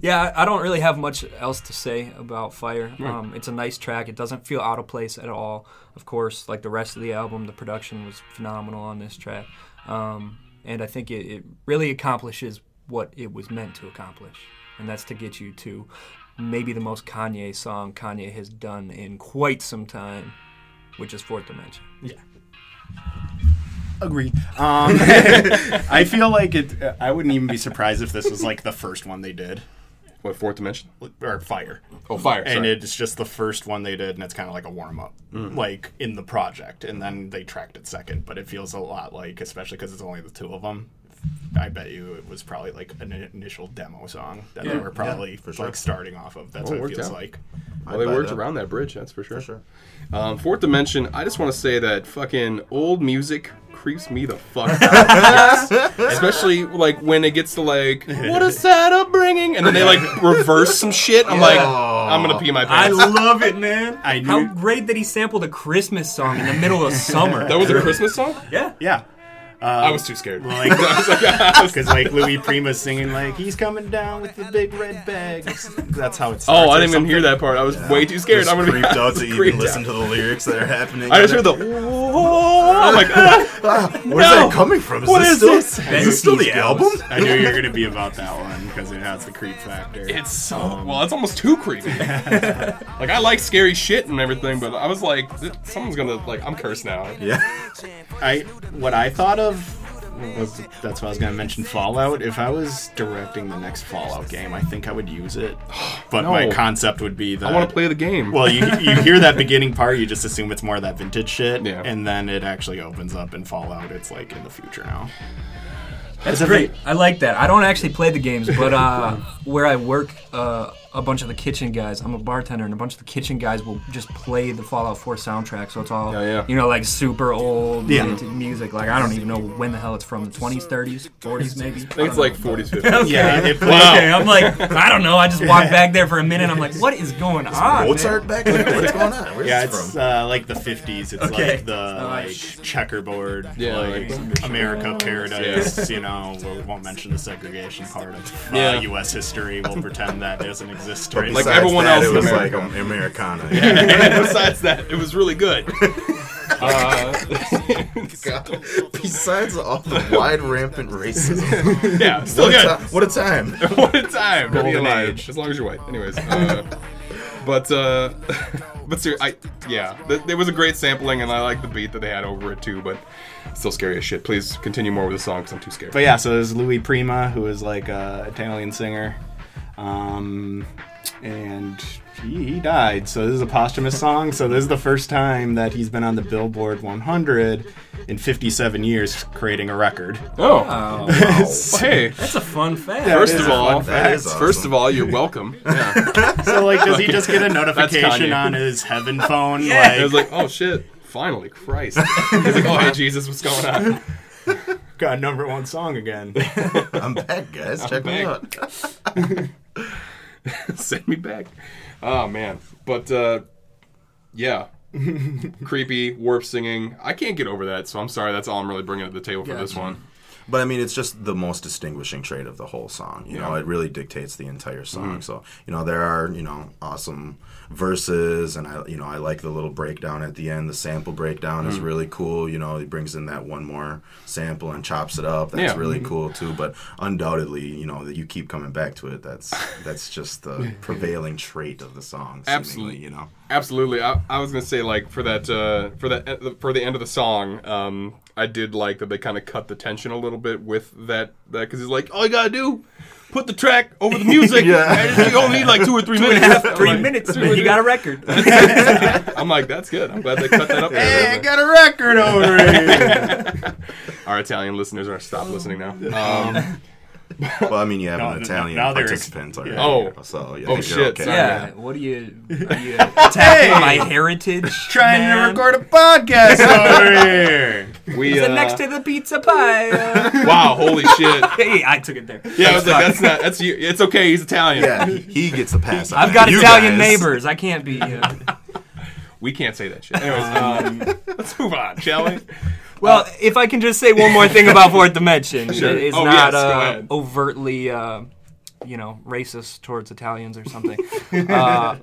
S4: Yeah, I I don't really have much else to say about Fire. Um, it's a nice track. It doesn't feel out of place at all. Of course, like the rest of the album, the production was phenomenal on this track. Um, and I think it, it really accomplishes what it was meant to accomplish. And that's to get you to maybe the most Kanye song Kanye has done in quite some time, which is Fourth Dimension.
S2: Agreed. Um, I feel like it. I wouldn't even be surprised if this was like the first one they did.
S1: What fourth dimension?
S2: or Fire.
S1: Oh, fire.
S2: and
S1: sorry. Mm.
S2: it's just the first one they did, and it's kind of like a warm up, like in the project. And then they tracked it second, but it feels a lot like, especially because it's only the two of them. I bet you it was probably like an initial demo song that they were probably like starting off of. That's
S1: Oh, it
S2: what
S1: worked
S2: it feels
S1: out.
S2: like.
S1: Well, they
S3: buy
S1: worked
S3: that.
S1: around that bridge, that's for sure.
S3: sure.
S1: Um, fourth dimension. I just want to say that fucking old music creeps me the fuck out. Yes. Especially like when it gets to like, what is that I'm bringing? And then they like reverse some shit. I'm like, I'm gonna pee my
S4: I
S1: pants.
S4: love it, man.
S2: I
S4: How
S2: knew-
S4: great that he sampled a Christmas song in the middle of summer.
S1: that was a Christmas song.
S4: yeah.
S2: Yeah,
S1: I was too scared.
S2: like
S1: I was like,
S2: because like Louis Prima's singing like he's coming down with the big red bag. That's how it's.
S1: oh, I didn't even hear that part. I was way too scared.
S3: Just
S1: I'm gonna be
S3: creeped out to
S1: creeped
S3: even
S1: out.
S3: listen to the lyrics that are happening.
S1: I just heard the. I'm like, ah,
S3: Where's
S1: No!
S3: that coming from? Is
S1: What
S3: this
S1: is
S3: still,
S1: this?
S3: Is this still the album?
S2: I knew you were gonna be about that one because it has the creep factor.
S1: it's so
S2: Um,
S1: well. It's almost too creepy. like I like scary shit and everything, but I was like, th- someone's gonna like, I'm cursed now.
S3: Yeah.
S2: I what I thought of was that's why I was gonna mention Fallout. If I was directing the next Fallout game, I think I would use it. But my
S1: No.
S2: concept would be that
S1: I want to play the game.
S2: Well, you you hear that beginning part, you just assume it's more of that vintage shit,
S1: Yeah.
S2: and then it actually opens up in Fallout. It's like in the future now.
S4: That's great. I like that. I don't actually play the games, but uh, where I work, uh, a bunch of the kitchen guys. I'm a bartender, and a bunch of the kitchen guys will just play the Fallout 4 soundtrack. So it's all,
S1: Yeah, yeah.
S4: you know, like super old
S2: Yeah.
S4: vintage music. Like I don't even know when the hell it's from. The 20s, 30s, 40s, maybe.
S1: I think it's like 40s, 50s.
S2: Yeah, it plays,
S1: Wow.
S4: Okay, I'm like, I don't know. I just walked back there for a minute. I'm like, what is going on? man?
S3: Mozart back then? What's going on? Where's
S2: Yeah,
S3: this
S2: it's
S3: from?
S2: uh, like the 50s. It's
S4: Okay.
S2: like the like checkerboard,
S1: Yeah,
S2: like,
S1: like-
S2: America Paradise. You know, we won't mention the segregation part of uh,
S1: Yeah.
S2: U.S. history. We'll pretend that doesn't exist. Right
S1: Like
S3: Besides
S1: everyone
S3: that,
S1: else
S3: it
S1: in
S3: was
S1: America.
S3: like um, Americana. Yeah.
S1: Besides that, it was really good. Uh,
S3: God. Besides all the wide rampant racism.
S1: Yeah, still
S3: What a,
S1: good.
S3: ti- what a time.
S1: what a time to be
S2: Golden
S1: alive.
S2: age.
S1: As long as you're white. Anyways, uh, but uh, but ser- I yeah, th- there was a great sampling, and I like the beat that they had over it too. But still scary as shit. Please continue more with the song because I'm too scared.
S2: But yeah, so there's Louis Prima, who is like a Italian singer, um, and he, he died. So this is a posthumous song. So this is the first time that he's been on the Billboard 100 in 57 years, creating a record.
S1: oh,
S4: Oh,
S1: Well, hey.
S4: that's a fun fact.
S1: First
S2: is
S1: of
S2: a
S1: all,
S2: fun
S3: That is awesome.
S1: first of all, you're welcome. Yeah.
S2: So like, does he just get a notification
S1: Kanye.
S2: on his heaven phone?
S1: I was
S2: Like,
S1: like, oh shit, finally, Christ. He's like, oh hey Jesus, what's going on?
S2: got number one song again.
S3: I'm back, guys. Check me
S1: back.
S3: out.
S1: Send me back. Oh man, but uh, yeah, creepy warp singing. I can't get over that, so I'm sorry. That's all I'm really bringing to the table for this one.
S3: But I mean, it's just the most distinguishing trait of the whole song. You know,
S1: Yeah.
S3: it really dictates the entire song. So you know, there are you know awesome verses, and I you know I like the little breakdown at the end. The sample breakdown is really cool. You know, he brings in that one more sample and chops it up. That's
S1: Yeah.
S3: really cool too. But undoubtedly, you know that you keep coming back to it. That's that's just the prevailing trait of the song. seemingly,
S1: Absolutely.
S3: You know.
S1: Absolutely. I, I was gonna say like for that uh, for that for the end of the song, um, I did like that they kind of cut the tension a little bit with that that because he's like, all you gotta do, put the track over the music.
S3: Yeah.
S1: and you only need like two or three minutes. I'm
S4: Three
S1: like,
S4: minutes,
S1: two
S4: man.
S1: or
S4: You
S1: three-
S4: got a record.
S1: I'm like, that's good. I'm glad they cut that up.
S2: hey, I got a record over it.
S1: Our Italian listeners are stop listening now. Um,
S3: Well, I mean, you have
S2: No,
S3: an
S2: no,
S3: Italian
S2: now they're ex-
S3: participant already.
S1: Oh.
S3: so you
S1: Oh,
S3: think you're
S1: shit,
S3: okay.
S1: sorry.
S4: yeah. What do you? Are you attacking my heritage?
S2: Trying
S4: man?
S2: to record a podcast over here.
S1: we
S4: The
S1: uh,
S4: next to the pizza pie. uh,
S1: wow, holy shit.
S4: hey, I took it there.
S1: Yeah, I was like, that's not that's you. It's okay. He's Italian.
S3: Yeah, he, he gets the pass. on
S4: I've
S3: that.
S4: got
S3: You
S4: Italian
S3: guys-
S4: neighbors. I can't be. Uh,
S1: We can't say that shit. Anyways, um, let's move on, shall we?
S4: well, if I can just say one more thing about Fourth Dimension,
S1: Sure.
S4: it is
S1: Oh, yes,
S4: not
S1: go
S4: uh,
S1: ahead.
S4: overtly, uh, you know, racist towards Italians or something. uh,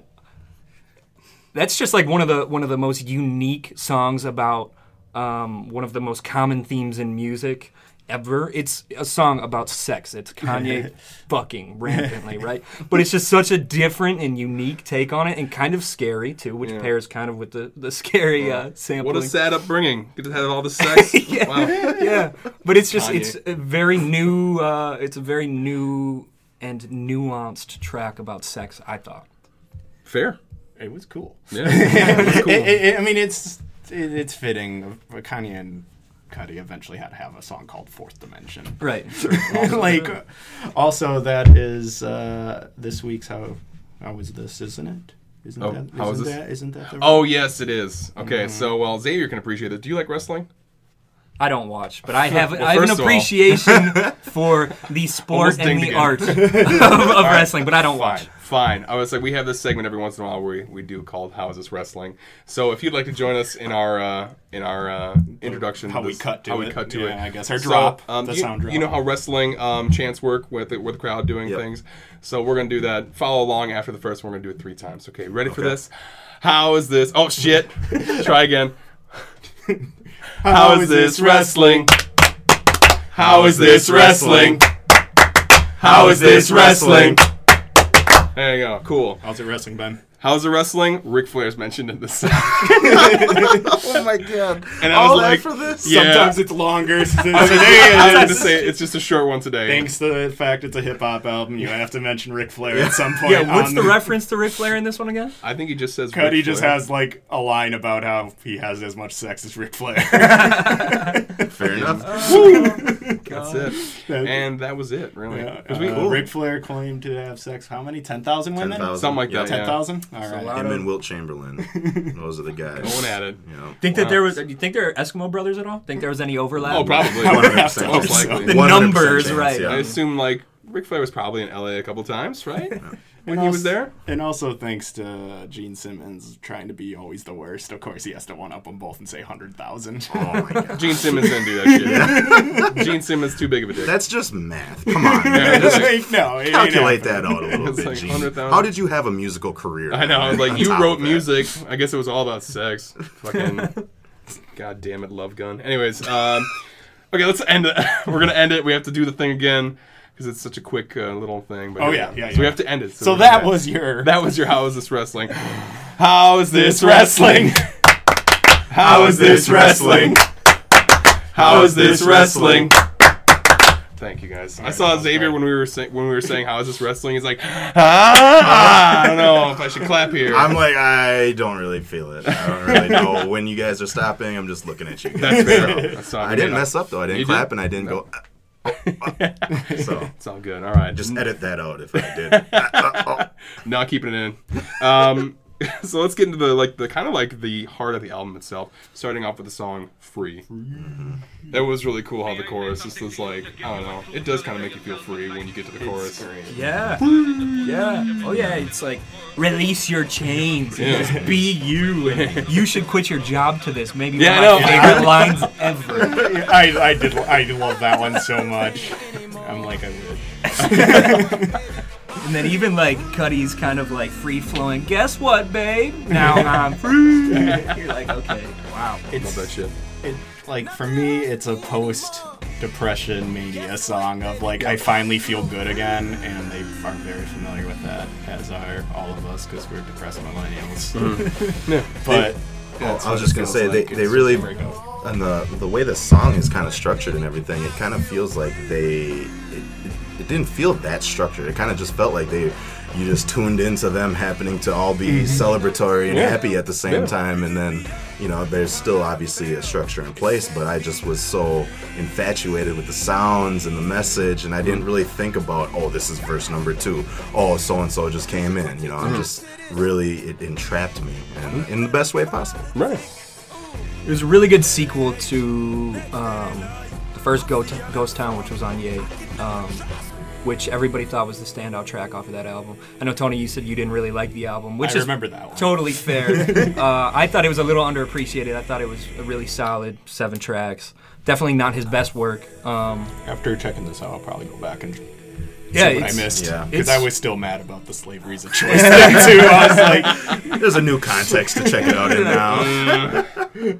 S4: that's just like one of the one of the most unique songs about um, one of the most common themes in music ever. It's a song about sex. It's Kanye fucking rampantly, right? But it's just such a different and unique take on it, and kind of scary too, which pairs kind of with the the scary uh, sampling.
S1: What a sad upbringing. Get to have all the sex. Wow.
S4: yeah, but it's just
S1: Kanye.
S4: it's a very new. Uh, it's a very new and nuanced track about sex. I thought.
S6: Fair.
S2: It was cool.
S6: Yeah. It was cool.
S2: It- it- I mean, it's it, it's fitting. Kanye and Cudi eventually had to have a song called Fourth Dimension.
S4: Right.
S2: like, also that is uh, this week's how how was this? Isn't it? Isn't
S1: Oh,
S2: that?
S1: how is
S2: isn't
S1: this?
S2: that? Isn't that? The
S1: Oh yes, it is. Okay, so well, Xavier can appreciate it. Do you like wrestling?
S4: I don't watch, but I have
S1: Well,
S4: I have an
S1: first of all-
S4: appreciation for the sport
S1: Almost
S4: and
S1: dinged
S4: the
S1: again.
S4: art of, of wrestling, but I don't watch.
S1: Fine, fine. I was like, we have this segment every once in a while where we, we do called "How Is This Wrestling." So if you'd like to join us in our uh, in our uh, introduction,
S2: How
S1: to
S2: we
S1: this-
S2: cut to
S1: how we
S2: it.
S1: cut to
S2: Yeah,
S1: it,
S2: I guess. Our
S1: So, um,
S2: drop, the
S1: you,
S2: sound drop.
S1: You know how wrestling um, chants work with the, with the crowd doing
S3: Yep.
S1: things. So we're gonna do that. Follow along after the first. one. We're gonna do it three times. Okay, ready for this? How is this? Oh shit! Try again. How is this wrestling? How is this wrestling? How is this wrestling? There you go. Cool.
S2: How's it wrestling, Ben?
S1: How's the wrestling? Ric Flair's mentioned in this.
S3: Oh my god!
S1: And I was
S3: All that
S1: like,
S3: Oh, for this?
S1: Yeah.
S2: Sometimes it's longer. Today
S1: I was
S2: it
S1: going to
S2: is.
S1: say it's just a short one today.
S2: Thanks to the fact it's a hip hop album, you have to mention Ric Flair at some point.
S4: Yeah, what's
S2: on
S4: the reference to Ric Flair in this one again?
S1: I think he just says.
S2: Cody
S1: Ric
S2: just
S1: Flair.
S2: has like a line about how he has as much sex as Ric Flair.
S3: Fair enough.
S1: That's it. And that was it, really.
S2: Yeah,
S1: 'Cause we-
S2: uh, Ric Flair claimed to have sex. How many? Ten thousand women?
S3: 10,000.
S1: Something like
S3: Yeah,
S1: that.
S2: Ten
S1: Yeah.
S2: thousand. All
S4: a
S2: right.
S4: lot.
S3: Him and Wilt Chamberlain. Those are the guys.
S1: Going at it.
S3: You know,
S4: Think that there was? Do you think there are Eskimo brothers at all? Think there was any overlap?
S1: Oh, probably.
S2: I would have to
S3: 100%.
S2: hope
S1: Most
S2: so.
S1: likely.
S4: The
S3: 100%
S4: numbers,
S3: chance,
S4: right.
S1: I
S3: Yeah.
S1: assume like Ric Flair was probably in LA a couple times, right? When
S2: And
S1: he
S2: als-
S1: was there.
S2: And also thanks to uh, Gene Simmons trying to be always the worst. Of course, he has to one up them both and say hundred thousand.
S3: Oh my god.
S1: Gene Simmons didn't do that shit. Gene Simmons too big of a dick.
S3: That's just math. Come on.
S1: Yeah,
S3: man.
S1: that's like-
S2: no, it ain't happening.
S3: Calculate that out a little
S1: It's
S3: bit,
S1: like
S3: Gene.
S1: 100,000.
S3: How did you have a musical career?
S1: I know. I was like,
S3: on
S1: you
S3: top
S1: wrote
S3: of that?
S1: music. I guess it was all about sex. Fucking. God damn it, Love Gun. Anyways, um, okay, let's end it. We're gonna end it. We have to do the thing again because it's such a quick uh, little thing. But here
S2: Oh,
S1: we
S2: yeah,
S1: go.
S2: yeah,
S1: So we
S2: yeah.
S1: have to end it.
S2: So
S1: we're
S2: that
S1: gonna-
S2: was your
S1: that was your how is this wrestling? How is this wrestling? How is this wrestling? How is this wrestling? Thank you guys. I saw Xavier when we were say- when we were saying how is this wrestling. He's like, ah, I don't know if I should clap here.
S3: I'm like, I don't really feel it. I don't really know when you guys are stopping. I'm just looking at you. Guys.
S1: That's fair. That's all
S3: I
S1: good.
S3: didn't mess up though. I didn't
S1: You
S3: clap
S1: did?
S3: and I didn't go. "Uh, oh, uh." so
S1: It's all good. All right, just
S3: just edit that out if I did. Uh, uh, oh.
S1: not keeping it in. Um, so let's get into the like the kind of like the heart of the album itself. Starting off with the song "Free." That was really cool. How the chorus just was like I don't know. It does kind of make you feel free when you get to the chorus.
S4: Yeah. Yeah. Oh yeah. It's like release your chains. and
S1: Yeah.
S4: Just be you. And you should quit your job to this. Maybe
S1: Yeah,
S4: one of
S1: I
S4: my
S1: know.
S4: favorite lines ever.
S2: I, I did I love that one so much. I'm like I would.
S4: And then even like Cuddy's kind of like free flowing. Guess what, babe? Now I'm free. You're like, okay, wow.
S1: Love that shit.
S2: It, like for me, it's a post depression mania song of like I finally feel good again, and they are very familiar with that, as are all of us because we're depressed millennials.
S1: Mm-hmm.
S2: but
S3: Well,
S2: that's
S3: I
S2: what
S3: was just
S2: it
S3: gonna
S2: feels
S3: say
S2: like.
S3: they, they
S2: It's
S3: really
S2: just a breakup.
S3: and the the way the song is kind of structured and everything, it kind of feels like they it, it, it didn't feel that structured. It kind of just felt like they you just tuned into them happening to all be
S2: Mm-hmm.
S3: celebratory and
S1: Yeah.
S3: happy at the same
S1: Yeah.
S3: time, and then you know there's still obviously a structure in place, but I just was so infatuated with the sounds and the message, and I
S2: Mm-hmm.
S3: didn't really think about oh this is verse number two, oh so and so just came in, you know,
S2: Mm-hmm.
S3: I'm just really it entrapped me and in the best way possible.
S1: Right.
S4: It was a really good sequel to um, the first Go- Ghost Town, which was on Ye, um, which everybody thought was the standout track off of that album. I know Tony, you said you didn't really like the album, which
S2: I
S4: is
S2: remember that one.
S4: totally fair. uh, I thought it was a little underappreciated. I thought it was a really solid seven tracks. Definitely not his best work. Um,
S2: After checking this out, I'll probably go back and
S4: yeah,
S2: see what I
S4: it's-
S2: missed.
S3: yeah.
S2: Because
S4: It's-
S2: I was still mad about the slavery's a choice thing too. I was like,
S3: There's a new context to check it out in now.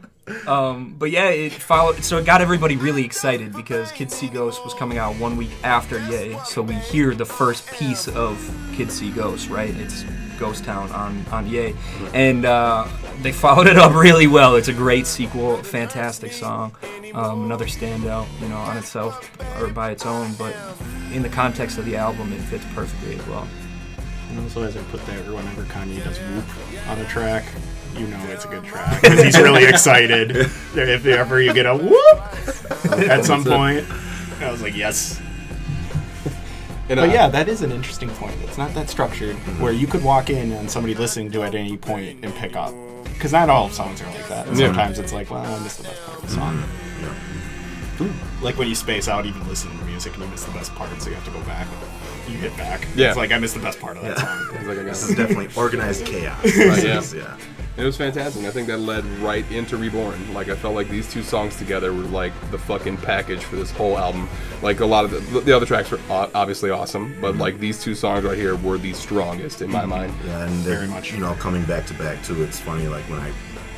S4: But yeah, it followed. So it got everybody really excited because Kids See Ghosts was coming out one week after Yay. So we hear the first piece of Kids See Ghosts, right? It's Ghost Town on on Yay, and uh, they followed it up really well. It's a great sequel, fantastic song, um, another standout, you know, on itself or by its own. But in the context of the album, it fits perfectly as well.
S2: And also, as I put there, whenever Kanye does whoop on a track, you know it's a good track because he's really excited. if ever you get a whoop at some point, I was like, yes.
S1: And, Mm-hmm.
S2: But
S1: uh,
S2: yeah, that is an interesting point. It's not that structured where you could walk in and somebody listening to it at any point and pick up. Because not all songs are like that. And
S1: Yeah.
S2: sometimes it's like, well, I missed the best part of the song.
S1: Mm-hmm.
S2: Like when you space out, even listening to music, and you miss the best part, so you have to go back. You hit back.
S1: Yeah.
S2: It's like, I missed the best part of that song.
S1: He's like, I got
S3: This is definitely organized chaos.
S1: yeah.
S3: This is- yeah.
S1: It was fantastic. I think that led right into Reborn. Like I felt like these two songs together were like the fucking package for this whole album. Like a lot of the, the other tracks were o- obviously awesome, but like these two songs right here were the strongest in my mind.
S3: Yeah, and they're,
S2: Very much.
S3: You know, coming back to back too. It's funny, like when I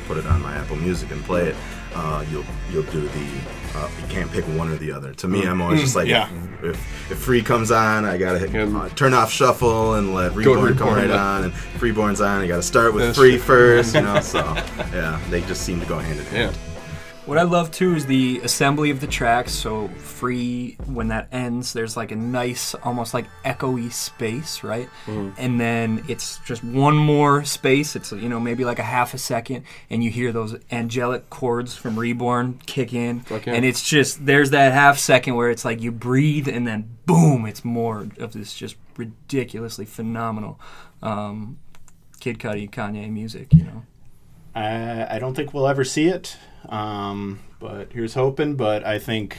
S3: put it on my Apple Music and play it, uh, you'll you'll do the. Uh, you can't pick one or the other. To me, I'm
S1: Mm,
S3: always just like,
S2: yeah.
S3: if, if free comes on, I gotta hit,
S1: Yeah.
S3: uh, turn off shuffle and let reborn, come
S1: Reborn,
S3: right
S1: yeah.
S3: on, and freeborn's on. You gotta start with
S1: That's
S3: free
S1: true.
S3: first, you know. So yeah, they just seem to go hand in
S1: Yeah.
S3: hand.
S4: What I love too is the assembly of the tracks. So free when that ends, there's like a nice, almost like echoey space, right? And then it's just one more space. It's you know maybe like a half a second, and you hear those angelic chords from Reborn kick in,
S1: Okay.
S4: and it's just there's that half second where it's like you breathe, and then boom, it's more of this just ridiculously phenomenal. Um, Kid Cudi, Kanye music, you know.
S2: I, I don't think we'll ever see it, um, but here's hoping. But I think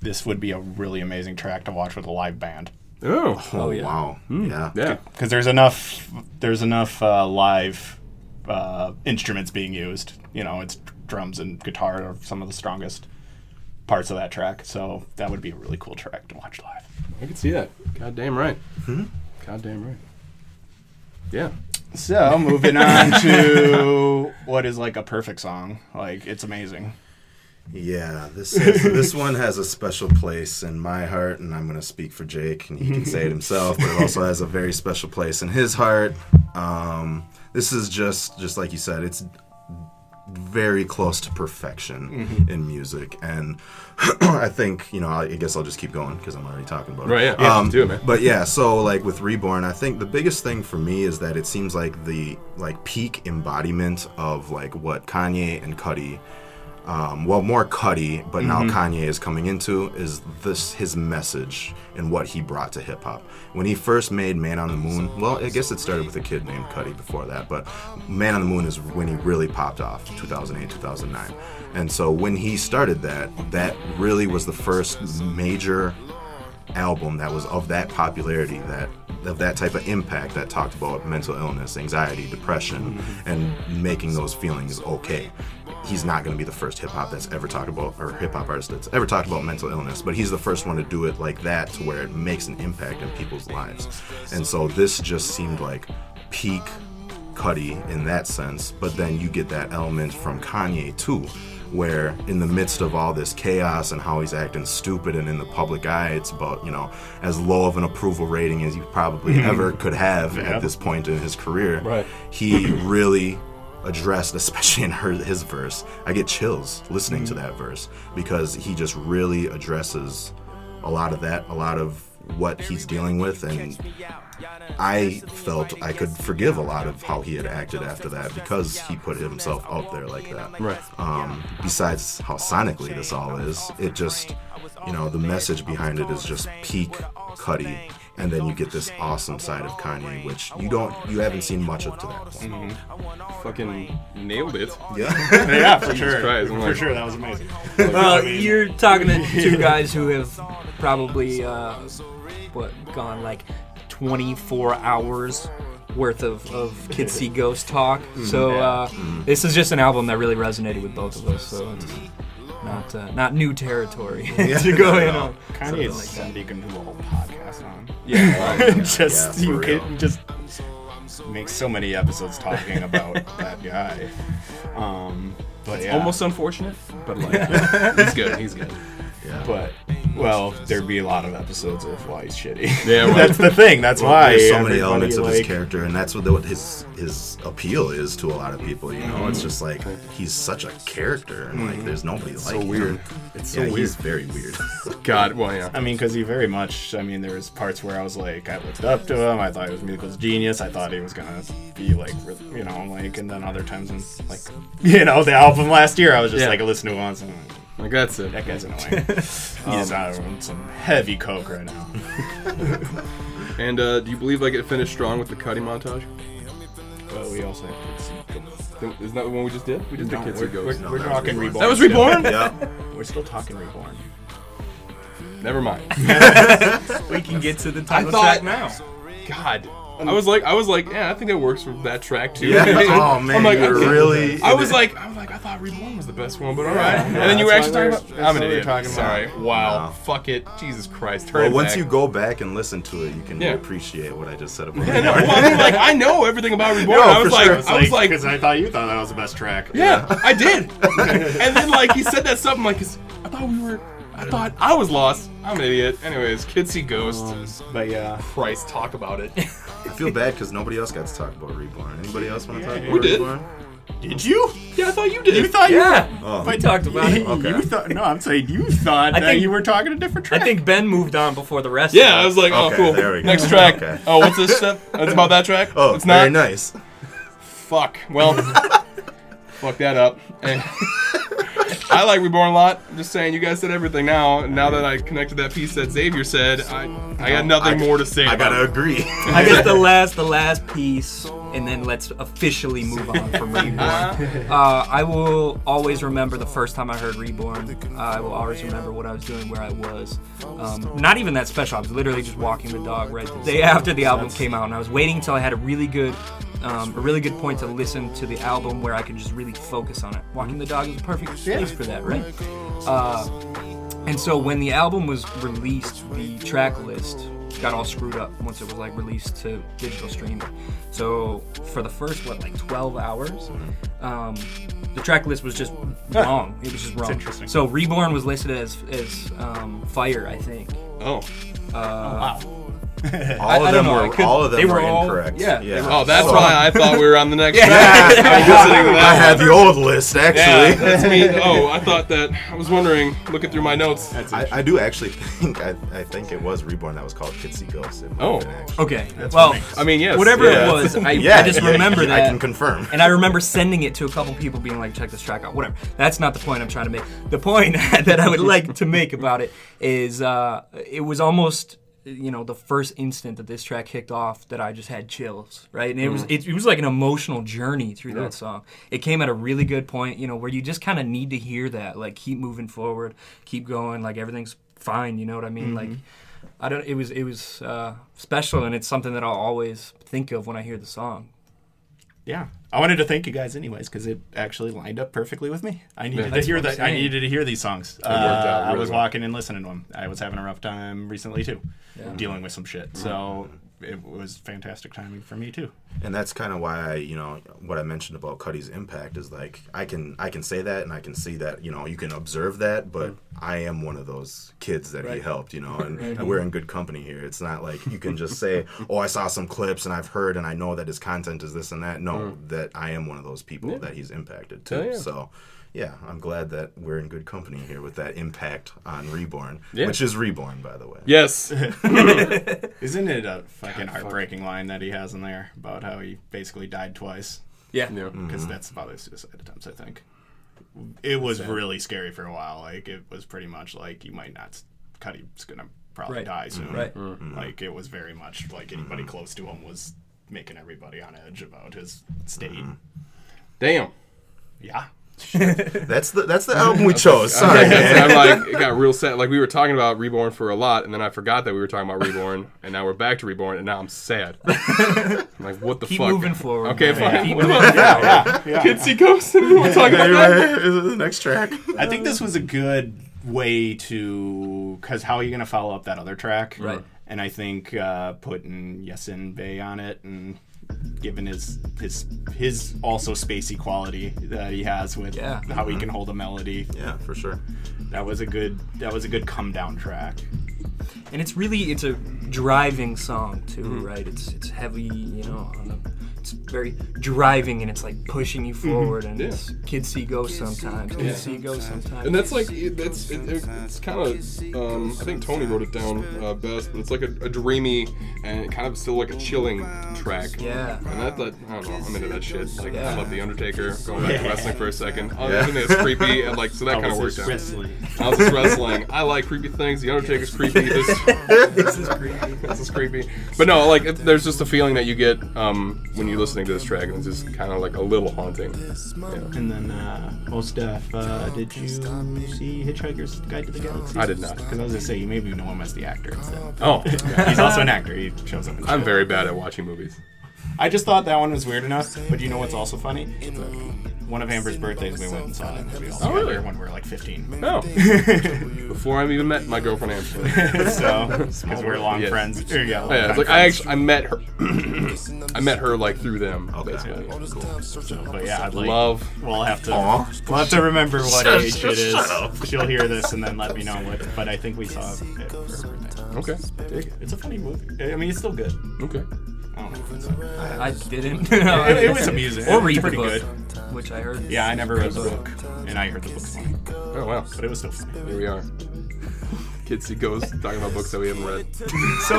S2: this would be a really amazing track to watch with a live band
S1: Oh.
S3: Oh,
S4: yeah.
S3: wow, yeah.
S1: Yeah.
S2: because there's enough there's enough uh, live uh, instruments being used. You know, it's drums and guitar are some of the strongest parts of that track. So that would be a really cool track to watch live.
S1: I can see that. God damn right. God damn right. Yeah.
S2: So moving on to what is like a perfect song. Like it's amazing.
S3: Yeah, this is, this one has a special place in my heart, and I'm going to speak for Jake, and he can say it himself. But it also has a very special place in his heart. Um, this is just just like you said, it's very close to perfection
S1: Mm-hmm.
S3: in music, and I think you know. I guess I'll just keep going because I'm already talking about it. Um,
S1: Right, yeah. Yeah, do it, man.
S3: But yeah, so like with Reborn, I think the biggest thing for me is that it seems like the like peak embodiment of like what Kanye and Cudi um, well, more Cuddy, but now Kanye is coming into is this his message and what he brought to hip hop. When he first made Man on the Moon, well, I guess it started with a kid named Cuddy before that, but Man on the Moon is when he really popped off, 2008, 2009. And so when he started that, that really was the first major album that was of that popularity that of that type of impact that talked about mental illness anxiety depression and making those feelings okay he's not going to be the first hip-hop that's ever talked about or hip-hop artist that's ever talked about mental illness but he's the first one to do it like that to where it makes an impact in people's lives and so this just seemed like peak Cuddy in that sense, but then you get that element from Kanye too, where in the midst of all this chaos and how he's acting stupid and in the public eye, it's about, you know, as low of an approval rating as you probably ever could have at this point in his career.
S1: Right.
S3: He really addressed, especially in her, his verse. I get chills listening to that verse because he just really addresses a lot of that, a lot of what he's dealing with and I felt I could forgive a lot of how he had acted after that because he put himself out there like that.
S1: Right.
S3: Um, besides how sonically this all is, it just, you know, the message behind it is just peak Cuddy, and then you get this awesome side of Kanye, which you don't, you haven't seen much of to that point.
S1: Fucking nailed it.
S3: Yeah.
S2: Yeah, for sure.
S1: Christ, I'm
S2: for
S1: like-
S2: sure, that was amazing.
S4: Well,
S2: I mean-
S4: you're talking to two guys who have probably uh, what gone like 24 hours worth of, of Kids See Ghost talk. So uh, this is just an album that really resonated with both of us. So it's not uh, not new territory to go in on.
S2: Kanye's something you can do a whole podcast on.
S1: Yeah.
S2: just
S3: Yeah, for
S2: you
S3: real.
S2: can just make so many episodes talking about that guy. Um, but yeah.
S1: Almost unfortunate, but like he's good. He's good.
S3: Yeah.
S2: But well, there'd be a lot of episodes of why he's shitty.
S7: Yeah, right.
S2: that's the thing. That's
S3: Well,
S2: why
S3: there's so many
S2: everybody,
S3: elements of his
S2: like-
S3: character, and that's what, the, what his his appeal is to a lot of people. You know, it's just like he's such a character, and like there's nobody like him.
S1: weird.
S3: It's so
S1: Yeah,
S3: Mm-hmm. weird.
S1: he's
S3: He's very weird.
S1: God, well, yeah.
S2: I mean, because he very much. I mean, there was parts where I was like, I looked up to him. I thought he was musical's genius. I thought he was gonna be like, re- you know, like. And then other times, when, like, you know, the album last year, I was just
S1: Yeah.
S2: like, I listened to it once, and I'm like,
S1: Like, that's it.
S2: that guy's annoying. He's out on some heavy coke right now.
S1: And uh, do you believe like it finished strong with the Cuddy montage?
S2: But we also have to see.
S1: Isn't that the one we just did? We just did Kids Who
S2: we're,
S1: Ghosts.
S3: No,
S2: we're
S3: that was
S2: talking
S3: Reborn.
S2: reborn.
S1: That was Reborn?
S3: yeah,
S2: still. We're still talking reborn.
S1: Never mind.
S4: We can get to the title
S1: thought-
S4: track now.
S1: God. I was like, I was like, yeah, I think that works for that track too.
S3: yeah. Oh
S1: I'm
S3: man,
S1: like,
S3: you're
S1: okay.
S3: really.
S1: I was like, I was like, I thought Reborn was the best one, but all right. and
S2: yeah,
S1: then you were
S2: that's
S1: actually
S2: why
S1: talking
S2: we're-
S1: about.
S2: that's
S1: I'm
S2: what
S1: an
S2: we're
S1: idiot.
S2: talking
S1: Sorry. Wow.
S3: No.
S1: Fuck it. Jesus Christ. Turn
S3: Well,
S1: it
S3: once
S1: back.
S3: you go back and listen to it, you can
S1: Yeah.
S3: appreciate what I just said about
S1: I know.
S3: Reborn.
S1: Well, I mean, like, I know everything about Reborn.
S3: No,
S1: I was
S3: for
S1: like,
S3: sure.
S1: I was like,
S2: because I thought you thought that was the best track.
S1: yeah, I did. and then like he said that stuff. I'm like, "Is- I thought we were. I thought I was lost. I'm an idiot. Anyways, kids see
S3: Um,
S1: ghosts.
S2: But uh, yeah,
S1: Christ, talk about it.
S3: I feel bad because nobody else got to talk about Reborn. Anybody else want to talk about
S1: We did.
S3: Reborn?
S2: did you?
S1: yeah, I thought you did.
S2: You thought you
S4: Yeah,
S3: Oh.
S4: we talked about it.
S2: You thought no, I'm saying you thought
S4: I
S2: that
S4: think-
S2: you were talking a different
S4: I
S2: track.
S4: think Ben moved on before the rest.
S1: yeah, I
S4: of
S1: was like, oh,
S3: Okay,
S1: cool.
S3: there we go.
S1: Next track.
S3: Okay.
S1: Oh, what's this stuff? It's about that track.
S3: Oh,
S1: it's
S3: very
S1: not.
S3: nice.
S1: Fuck. Well, fuck that up. Eh. I like Reborn a lot. I'm just saying, you guys said everything now. and Now that I connected that piece that Xavier said, I, I got nothing more to say.
S3: I
S1: about
S3: gotta
S1: it.
S3: agree.
S4: Um, I guess the last, the last piece, and then let's officially move on from Reborn. Uh, I will always remember the first time I heard Reborn. Uh, I will always remember what I was doing, where I was. Um, not even that special. I was literally just walking the dog right the day after the album came out, and I was waiting until I had a really good, um, a really good point to listen to the album where I could just really focus on it. Walking the dog is a perfect space for that, right? Uh, and so when the album was released, the track list got all screwed up once it was like released to digital streaming. So for the first what like 12 hours, um, the track list was just wrong. It was just wrong.
S2: interesting.
S4: So Reborn was listed as as um, Fire, I think.
S1: Oh,
S3: All
S4: I
S3: of them
S4: don't know, I
S3: were
S4: could-
S3: all of them
S4: they were all-
S3: incorrect.
S4: yeah, they
S1: oh, that's why I thought we were on the next track.
S3: I,
S1: listening to that
S3: had the old list
S1: Yeah,
S3: actually.
S1: that's me. Oh, I thought that. I was wondering, looking through my notes.
S3: I, I do actually think I, I think it was Reborn that was called Kitsy Ghost. in my
S1: Oh.
S3: opinion, actually.
S4: Okay. well,
S1: I mean, yes.
S4: whatever
S3: Yeah.
S4: it was, I,
S3: yeah,
S4: I just
S3: yeah,
S4: remember
S3: yeah,
S4: that.
S3: I can confirm.
S4: And I remember sending it to a couple people being like, check this track out. Whatever. That's not the point I'm trying to make. The point that I would like to make about it is uh, it was almost you know the first instant that this track kicked off that i just had chills right and it was it, it was like an emotional journey through that song it came at a really good point you know where you just kind of need to hear that like keep moving forward keep going like everything's fine you know what i mean like i don't it was it was uh special and it's something that i'll always think of when i hear the song
S2: Yeah, I wanted to thank you guys anyways because it actually lined up perfectly with me. I needed to
S4: That's
S2: hear
S4: what I'm
S2: that. I
S4: saying.
S2: needed to hear these songs. Uh,
S1: out
S2: I
S1: really
S2: was
S1: well.
S2: walking and listening to them. I was having a rough time recently too, dealing with some shit. So
S1: Mm-hmm.
S2: it was fantastic timing for me too.
S3: and that's kind of why I, you know what I mentioned about Cuddy's impact is like I can I can say that and I can see that you know you can observe that,
S1: Hmm.
S3: but I am one of those kids that he helped, you know, and, and we're in good company here. It's not like you can just say, oh, I saw some clips and I've heard and I know that his content is this and that. No, that I am one of those people that he's impacted too.
S1: Oh, Hmm. yeah.
S3: So. Yeah, I'm glad that we're in good company here with that impact on Reborn,
S1: Yeah.
S3: which is Reborn, by the way.
S1: Yes.
S2: Isn't it a fucking heartbreaking line that he has in there about how he basically died twice?
S4: yeah Mm-hmm.
S1: Yeah.
S2: because that's about his suicide attempts. I think it was really scary for a while. Like it was pretty much like you might not. Cuddy's gonna probably
S4: Right.
S2: die soon.
S4: Right. Mm-hmm.
S2: Like it was very much like anybody close to him was making everybody on edge about his state.
S4: Mm-hmm.
S1: Damn.
S2: Yeah.
S3: That's the that's the album we chose. Sorry, man.
S1: And I'm like, it got real sad. Like we were talking about Reborn for a lot, and then I forgot that we were talking about Reborn, and now we're back to Reborn, and now I'm sad. I'm like, what the
S4: keep
S1: fuck?
S4: moving forward
S1: Okay,
S4: man.
S1: fine.
S4: Keep
S1: What
S4: moving
S1: about
S4: forward.
S1: Kids see ghosts, and we were talking about that.
S3: Anyway, this is the next track.
S2: I think this was a good way to because how are you going to follow up that other track?
S4: Right.
S2: And I think uh, putting Yesin Bay on it and giving his his his also spacey quality that he has with
S4: Yeah. Mm-hmm.
S2: how he can hold a melody
S3: Yeah, for sure.
S2: That was a good. That was a good come down track.
S4: and it's really it's a driving song too,
S2: Mm-hmm.
S4: right? It's it's heavy, you know. On the, it's very driving and it's like pushing you
S2: Mm-hmm.
S4: forward. And
S1: Yeah.
S4: it's kids see go sometimes. Kids see go sometimes.
S1: And that's like it- that's it, it- it's kind of um, I think Tony wrote it down uh, best, but it's like a, a dreamy and kind of still like a chilling track.
S4: Yeah.
S1: And I thought I don't know I'm into that shit. Like I
S4: Yeah.
S1: love the Undertaker. Going back to wrestling for a second, other than it's creepy and like so that kind of worked out.
S5: wrestling.
S1: I was just wrestling. I like creepy things. The Undertaker's creepy. This,
S4: this is creepy.
S1: this is creepy. But no, like it, there's just a feeling that you get um, when you're listening to this track, and it's just kind of like a little haunting.
S5: And then uh, most deaf. Uh, did you see Hitchhiker's Guide to the Galaxy?
S1: I did not.
S5: Because I was gonna say you maybe know him as the actor. instead.
S1: Oh,
S2: He's also an actor. He shows up. In
S1: I'm very bad at watching movies.
S2: I just thought that one was weird enough. But you know what's also funny? One of Amber's birthdays, we went and saw that movie all together
S1: Oh, really?
S2: when we were like 15.
S1: No. Before I even met my girlfriend Angela.
S2: so because we're long
S1: Yes.
S2: friends. Or, yeah, long
S1: Yeah,
S2: time
S1: it's like I
S2: friends.
S1: actually I met her. I met her like through them. Basically.
S2: But yeah, I'd like,
S1: Love.
S2: We'll have to.
S3: Aw.
S2: We'll have to remember what
S3: Shut-
S2: age it is.
S3: shut up.
S2: She'll hear this and then let me know what. But I think we saw it for her birthday.
S1: Okay.
S2: It's a funny movie. I mean, it's still good.
S1: Okay.
S2: I don't know if it's a-
S4: I didn't.
S2: It, it was amusing.
S4: Or
S2: It was
S4: read the
S2: pretty
S4: book,
S2: good.
S4: which I heard.
S2: Yeah, I never read the book, and I heard the book's funny,
S1: Oh wow.
S2: but it was still funny.
S1: Here we are. Kids see ghosts talking about books that we haven't read.
S4: So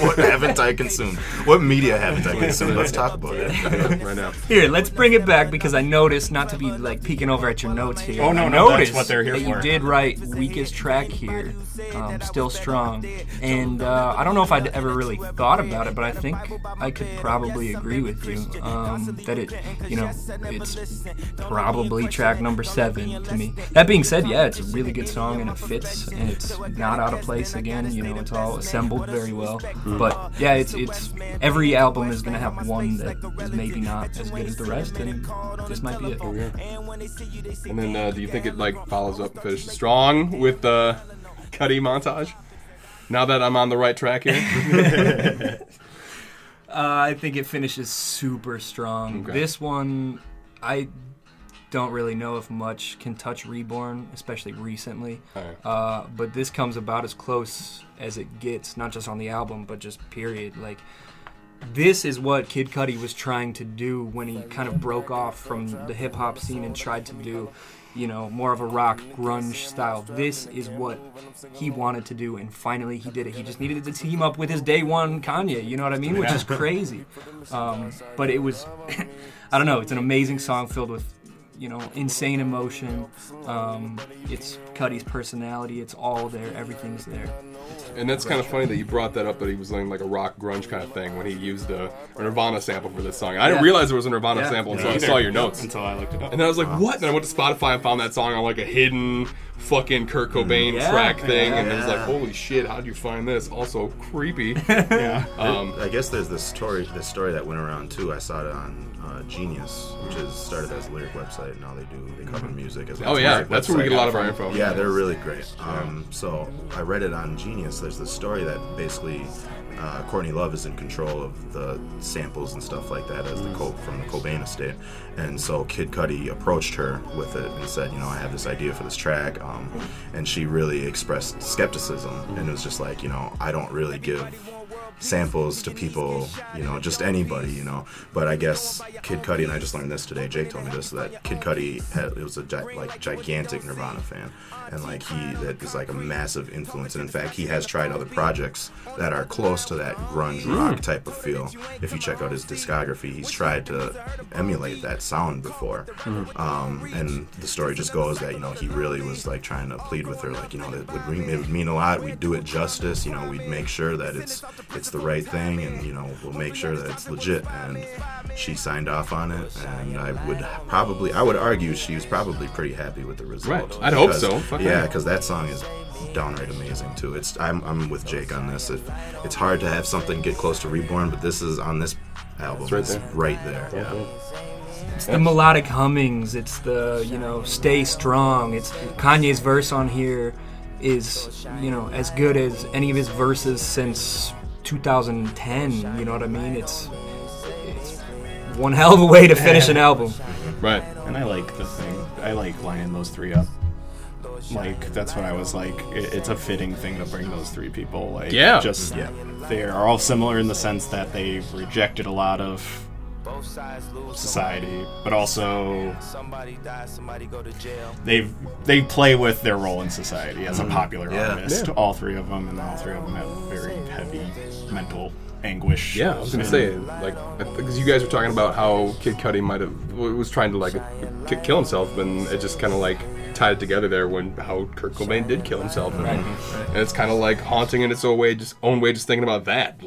S3: what haven't I consumed? What media haven't I consumed? Let's talk about it.
S1: right now.
S4: here, let's bring it back because I noticed not to be like peeking over at your notes here.
S2: Oh, no,
S4: I
S2: no, that's
S4: noticed
S2: what they're here
S4: that
S2: for.
S4: You did write weakest track here, um, still strong, and uh, I don't know if I'd ever really thought about it, but I think I could probably agree with you um, that it, you know, it's probably track number seven to me. That being said, yeah, it's a really good song and it fits and it's not out of place again. You know, it's all assembled very well. But yeah, it's it's every album is gonna have one that is maybe not as good as the rest, and this might be it.
S1: And then uh, do you think it like follows up and finishes strong with the Cuddy montage? Now that I'm on the right track here.
S4: Uh, I think it finishes super strong.
S1: Okay.
S4: This one, I don't really know if much can touch Reborn, especially recently.
S1: All right.
S4: Uh, but this comes about as close as it gets, not just on the album, but just period. Like, this is what Kid Cudi was trying to do when he kind of broke off from the hip hop scene and tried to do, you know, more of a rock grunge style. This is what he wanted to do, and finally he did it. He just needed to team up with his day one Kanye, you know what I mean? Which is crazy. Um, but it was, I don't know, it's an amazing song filled with. You know, insane emotion. Um, it's Cudi's personality. It's all there. Everything's there.
S1: And that's kind of funny that you brought that up that he was doing like a rock grunge kind of thing when he used a, a Nirvana sample for this song. I didn't
S4: Yeah.
S1: realize there was a Nirvana
S4: Yeah.
S1: sample until I saw your notes.
S2: until I looked it up.
S1: And then I was like, what? And I went to Spotify and found that song on like a hidden fucking Kurt Cobain
S4: Mm, Yeah.
S1: track thing.
S4: Yeah.
S1: And I was like, holy shit, how did you find this? Also creepy.
S2: Yeah.
S1: Um,
S3: I guess there's this story, this story that went around too. I saw it on uh, Genius, which is started as a lyric website, and now they do they cover music as.
S1: oh,
S3: a
S1: yeah.
S3: lyric
S1: That's where we
S3: website.
S1: get a lot of our info.
S3: Yeah, they're really great. Um, so I read it on Genius. There's this story that basically uh, Courtney Love is in control of the samples and stuff like that as the co- from the Cobain estate, and so Kid Cudi approached her with it and said, you know, I have this idea for this track, um, and she really expressed skepticism and it was just like, you know, I don't really give samples to people, you know, just anybody, you know. But I guess Kid Cudi, and I just learned this today. Jake told me this that Kid Cudi had it was a gi- like gigantic Nirvana fan, and like he that is like a massive influence. And in fact, he has tried other projects that are close to that grunge rock type of feel. If you check out his discography, he's tried to emulate that sound before.
S1: Mm-hmm.
S3: Um, and the story just goes that you know he really was like trying to plead with her, like you know that would re- it would mean a lot. We'd do it justice, you know. We'd make sure that it's it's the right thing, and you know we'll make sure that it's legit. And she signed off on it, and I would probably I would argue she was probably pretty happy with the result.
S1: Right. I'd hope
S3: Because-
S1: so. Fuck
S3: yeah,
S1: yeah.
S3: because that song is downright amazing too. It's I'm, I'm with Jake on this. If it's hard to have something get close to Reborn, but this is on this album. It's
S1: right
S3: right
S1: there.
S3: there. Right there. Yeah.
S4: the melodic hummings it's the you know stay strong it's kanye's verse on here is you know as good as any of his verses since 2010 you know what i mean it's it's one hell of a way to finish an album
S1: Right.
S2: And I like the thing. I like lining those three up. like that's when I was like, it, it's a fitting thing to bring those three people. Like,
S8: Yeah.
S2: just
S3: Yeah.
S2: they are all similar in the sense that they've rejected a lot of society, but also they've they play with their role in society as
S1: Mm-hmm.
S2: a popular
S3: Yeah.
S2: artist. All three of them, and all three of them have very heavy mental anguish.
S1: Yeah, I was gonna
S2: and-
S1: say like because you guys were talking about how Kid Cudi might have was trying to like ki- kill himself, and it just kind of like tied it together there when how Kurt Cobain did kill himself, and, and it's kind of like haunting in its own way, just own way, just thinking about that.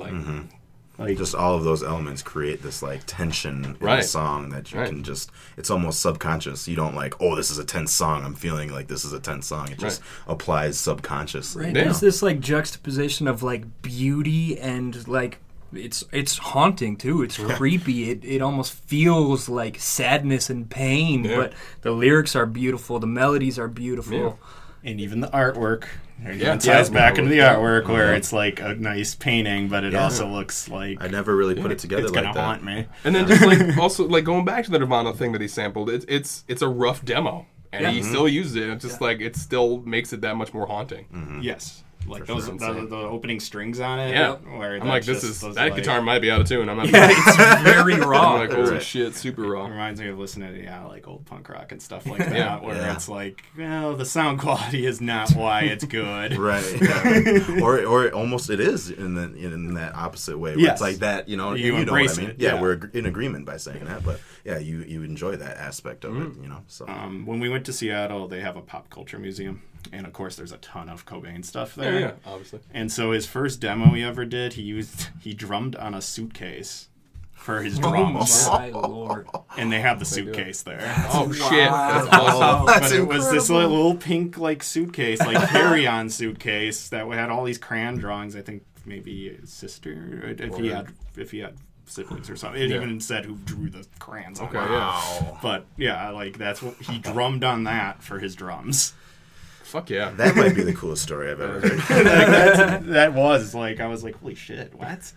S1: Like,
S3: just all of those elements create this like tension in the
S1: Right.
S3: song that you
S1: Right.
S3: can just it's almost subconscious you don't like oh this is a tense song i'm feeling like this is a tense song it just applies subconsciously
S4: Right.
S1: Yeah.
S4: There's this like juxtaposition of like beauty and like it's it's haunting too. It's creepy. It it almost feels like sadness and pain, but the lyrics are beautiful. The melodies are beautiful.
S2: and even the artwork. It
S1: Yeah.
S2: even ties
S1: Yeah.
S2: back into the artwork where it's like a nice painting, but it also looks like
S3: i never really put it together
S2: it's
S3: like
S2: gonna
S3: that
S2: haunt me.
S1: and then just like also like going back to the Nirvana thing that he sampled, it's it's it's a rough demo, and he still used it. And it's just like it still makes it that much more haunting.
S3: Hmm.
S2: Yes, like those
S1: sure.
S2: the, the opening strings on it.
S1: Yeah.
S2: where
S1: I'm like, this
S2: that's
S1: is
S2: just those,
S1: that
S2: like-
S1: guitar might be out of tune. I'm not.
S4: it's very raw.
S1: I'm like, holy
S3: Right.
S1: shit, super raw.
S2: reminds me of listening to yeah, like old punk rock and stuff like that, where
S3: Yeah.
S2: it's like, well, the sound quality is not why it's good.
S3: Right, yeah. or or almost it is in the in that opposite way. Where
S2: Yes.
S3: It's like that, you know.
S2: You
S3: You, know what I
S2: embrace
S3: mean?
S2: it,
S3: Yeah,
S2: yeah.
S3: we're ag- in agreement by saying that, but yeah, you you enjoy that aspect of it, you know. So
S2: Um, when we went to Seattle, they have a pop culture museum, and of course, there's a ton of Cobain stuff there.
S1: yeah, obviously.
S2: And so his first demo he ever did, he used he drummed on a suitcase for his drums,
S4: Oh, my lord.
S2: and they have the suitcase there.
S1: Oh shit, that's awesome.
S4: Uh,
S2: but it was this li- little pink like suitcase, like carry-on suitcase that had all these crayon drawings. I think maybe his sister, if he had, if he had siblings or something. It even said who drew the crayons. on
S1: Okay,
S2: it.
S1: yeah.
S2: But yeah, like that's what he drummed on that for his drums.
S1: Fuck yeah.
S3: that might be the coolest story I've ever heard.
S2: That was like I was like, holy shit, what?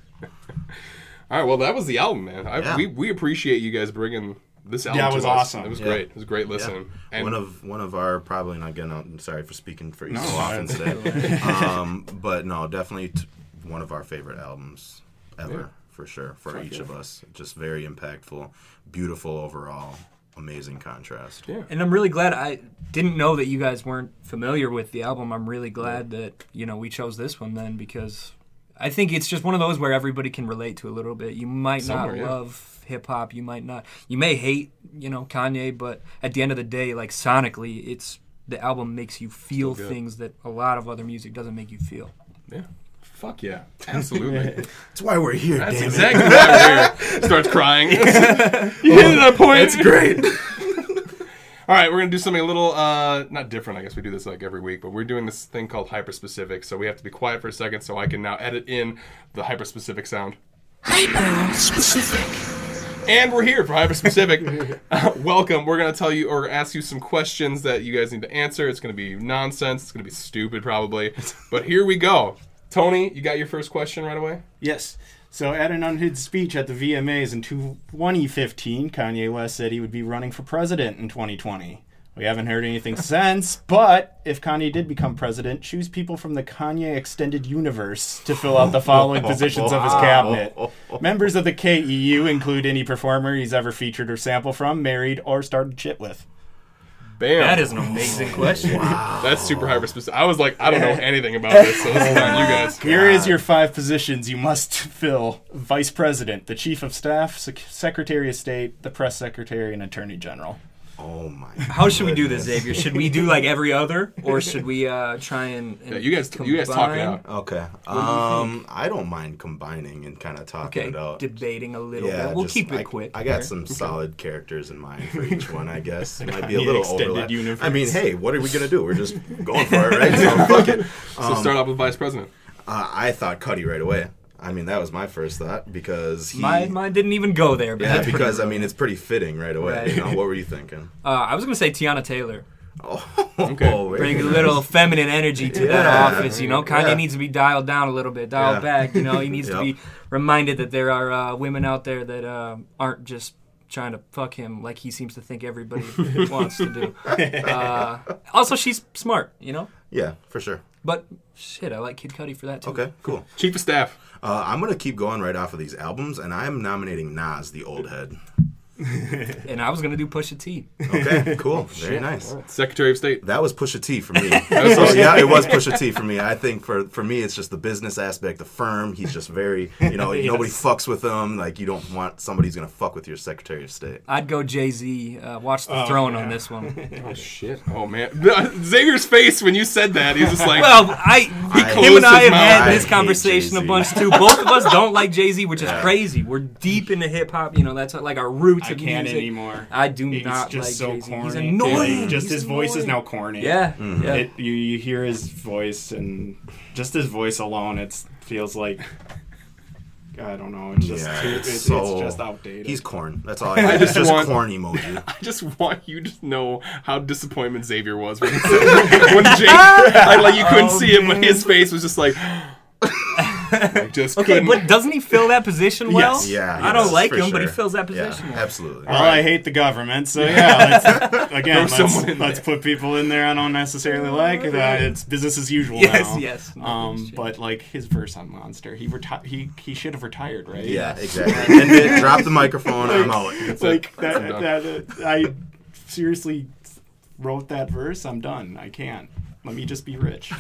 S1: All right, well, that was the album, man. I,
S3: Yeah.
S1: we, we appreciate you guys bringing this album.
S2: Yeah, it
S1: to
S2: was
S1: us.
S2: awesome.
S1: It was
S2: Yeah.
S1: great. It was a great listen. And
S3: one of one of our probably not getting out. I'm sorry for speaking for you
S2: No,
S3: so often
S2: I-
S3: today, um, but no, definitely t- one of our favorite albums ever for sure for each of us. Just very impactful, beautiful overall, amazing contrast.
S1: Yeah.
S4: And I'm really glad I didn't know that you guys weren't familiar with the album. I'm really glad that, you know, we chose this one then because I think it's just one of those where everybody can relate to a little bit. You might
S1: Somewhere,
S4: not
S1: yeah.
S4: love hip hop, you might not you may hate, you know, Kanye, but at the end of the day, like sonically, it's the album makes you feel things that a lot of other music doesn't make you feel.
S1: yeah. Fuck yeah. Absolutely.
S3: That's why we're here.
S1: That's exactly why we're here. Starts crying. you hit it at a point. It's great. All right, we're gonna do something a little uh, not different. I guess we do this like every week, but we're doing this thing called hyperspecific. So we have to be quiet for a second, so I can now edit in the hyperspecific sound. And we're here for hyperspecific. uh, welcome. We're gonna tell you or ask you some questions that you guys need to answer. It's gonna be nonsense. It's gonna be stupid, probably. But here we go. Tony, you got your first question right away.
S2: Yes. So at an unhid speech at the VMAs in 2015, Kanye West said he would be running for president in 2020. We haven't heard anything since, but if Kanye did become president, choose people from the Kanye extended universe to fill out the following positions of his cabinet. Members of the KEU include any performer he's ever featured or sampled from, married, or started shit with.
S1: Bam.
S4: That is an amazing question.
S1: That's super hyper specific. I was like, I don't know anything about this, so this is on you guys.
S2: Here is your five positions you must fill Vice President, the Chief of Staff, Sec- Secretary of State, the Press Secretary, and Attorney General.
S3: Oh my.
S4: How should we do this, Xavier? Should we do like every other, or should we uh, try and, and
S1: Yeah, you guys, you guys talk it
S4: combine?
S1: out.
S3: Okay. Um, I don't mind combining and kind of talking
S4: Okay,
S3: it out.
S4: debating a little
S3: uh, yeah,
S4: bit. We'll
S3: just-
S4: keep it
S3: I,
S4: quick.
S3: I got some solid characters in mind for each one. I guess it might be a
S2: Kanye
S3: little
S2: extended
S3: overlap.
S2: universe.
S3: I mean, hey, what are we gonna do? We're just going for it, right? So fuck it.
S1: So start off with vice president.
S3: Uh, I thought Cuddy right away. I mean, that was my first thought because he.
S4: Mine, mine didn't even go there, but
S3: yeah,
S4: that's
S3: because I mean, it's pretty fitting right away.
S4: Right.
S3: You know, what were you thinking?
S4: Uh, I was gonna say Tiana Taylor.
S1: Okay.
S3: Oh, wait.
S4: Bring a little feminine energy to that
S3: Yeah.
S4: office, you know. Kanye
S3: Yeah.
S4: needs to be dialed down a little bit, dialed
S3: Yeah.
S4: back. You know, he needs to
S3: Yep.
S4: be reminded that there are uh, women out there that uh, aren't just trying to fuck him like he seems to think everybody wants to do. Uh, also, she's smart, you know.
S3: Yeah, for sure.
S4: But shit, I like Kid Cudi for that too.
S3: Okay, cool.
S1: Chief of staff.
S3: Uh, I'm gonna keep going right off of these albums, and I'm nominating Nas, the old head.
S4: And I was gonna do Pusha T.
S3: Okay, cool. Very nice.
S1: Secretary of State.
S3: That was Pusha T for me. so, yeah, it was Pusha T for me. I think for, for me, it's just the business aspect, the firm. He's just very, you know, nobody fucks with him. Like, you don't want somebody who's going to fuck with your Secretary of State.
S4: I'd go Jay Z. Uh, watch
S3: Oh,
S4: the throne on this one.
S1: Oh shit. Oh man. Xavier's face when you said that, he's just like
S4: Well, I him
S1: closed
S4: and I
S1: his
S4: have
S1: mouth.
S4: had
S3: I
S4: this
S3: hate
S4: conversation a
S3: Jay-Z.
S4: bunch too. Both of us don't like Jay Z, which is crazy. We're deep into hip hop. You know, that's like our roots.
S2: I
S4: of
S2: can't
S4: music.
S2: anymore.
S4: I do
S2: He's
S4: not
S2: just
S4: like
S2: so
S4: Jay Z.
S2: corny.
S4: He's annoying.
S2: Like, just
S4: He's
S2: his voice is
S4: annoying.
S2: now corny.
S4: Yeah, yeah.
S2: It, you, you hear his voice and just his voice alone, it feels like I don't know. It's just
S3: Yeah,
S2: too,
S3: it's
S2: it's,
S3: so-
S2: it's just outdated.
S3: He's corn. That's all I got. It's just
S1: want-
S3: corn emoji.
S1: I just want you to know how disappointment Xavier was when, he said- when Jake, I, like you couldn't see it, but his face was just like, like, just
S4: Okay,
S1: couldn't.
S4: but doesn't he fill that position well?
S3: Yeah,
S4: I don't
S3: yes,
S4: like
S3: for
S4: him, but he
S3: sure.
S4: fills that
S3: Yeah,
S4: position well.
S3: absolutely.
S2: well, I hate the government, so yeah. Let's, again,
S1: Throw
S2: let's,
S1: someone in
S2: let's put people in there I don't necessarily like. That it's business as usual.
S4: Yes,
S2: now.
S4: yes.
S2: Um, but like his verse on Monster, he reti- he he should have retired, right?
S3: Yeah, exactly. End it, drop the microphone, I'm out.
S2: It's like that. that uh, I seriously wrote that verse. I'm done. I can't. Let me just be rich.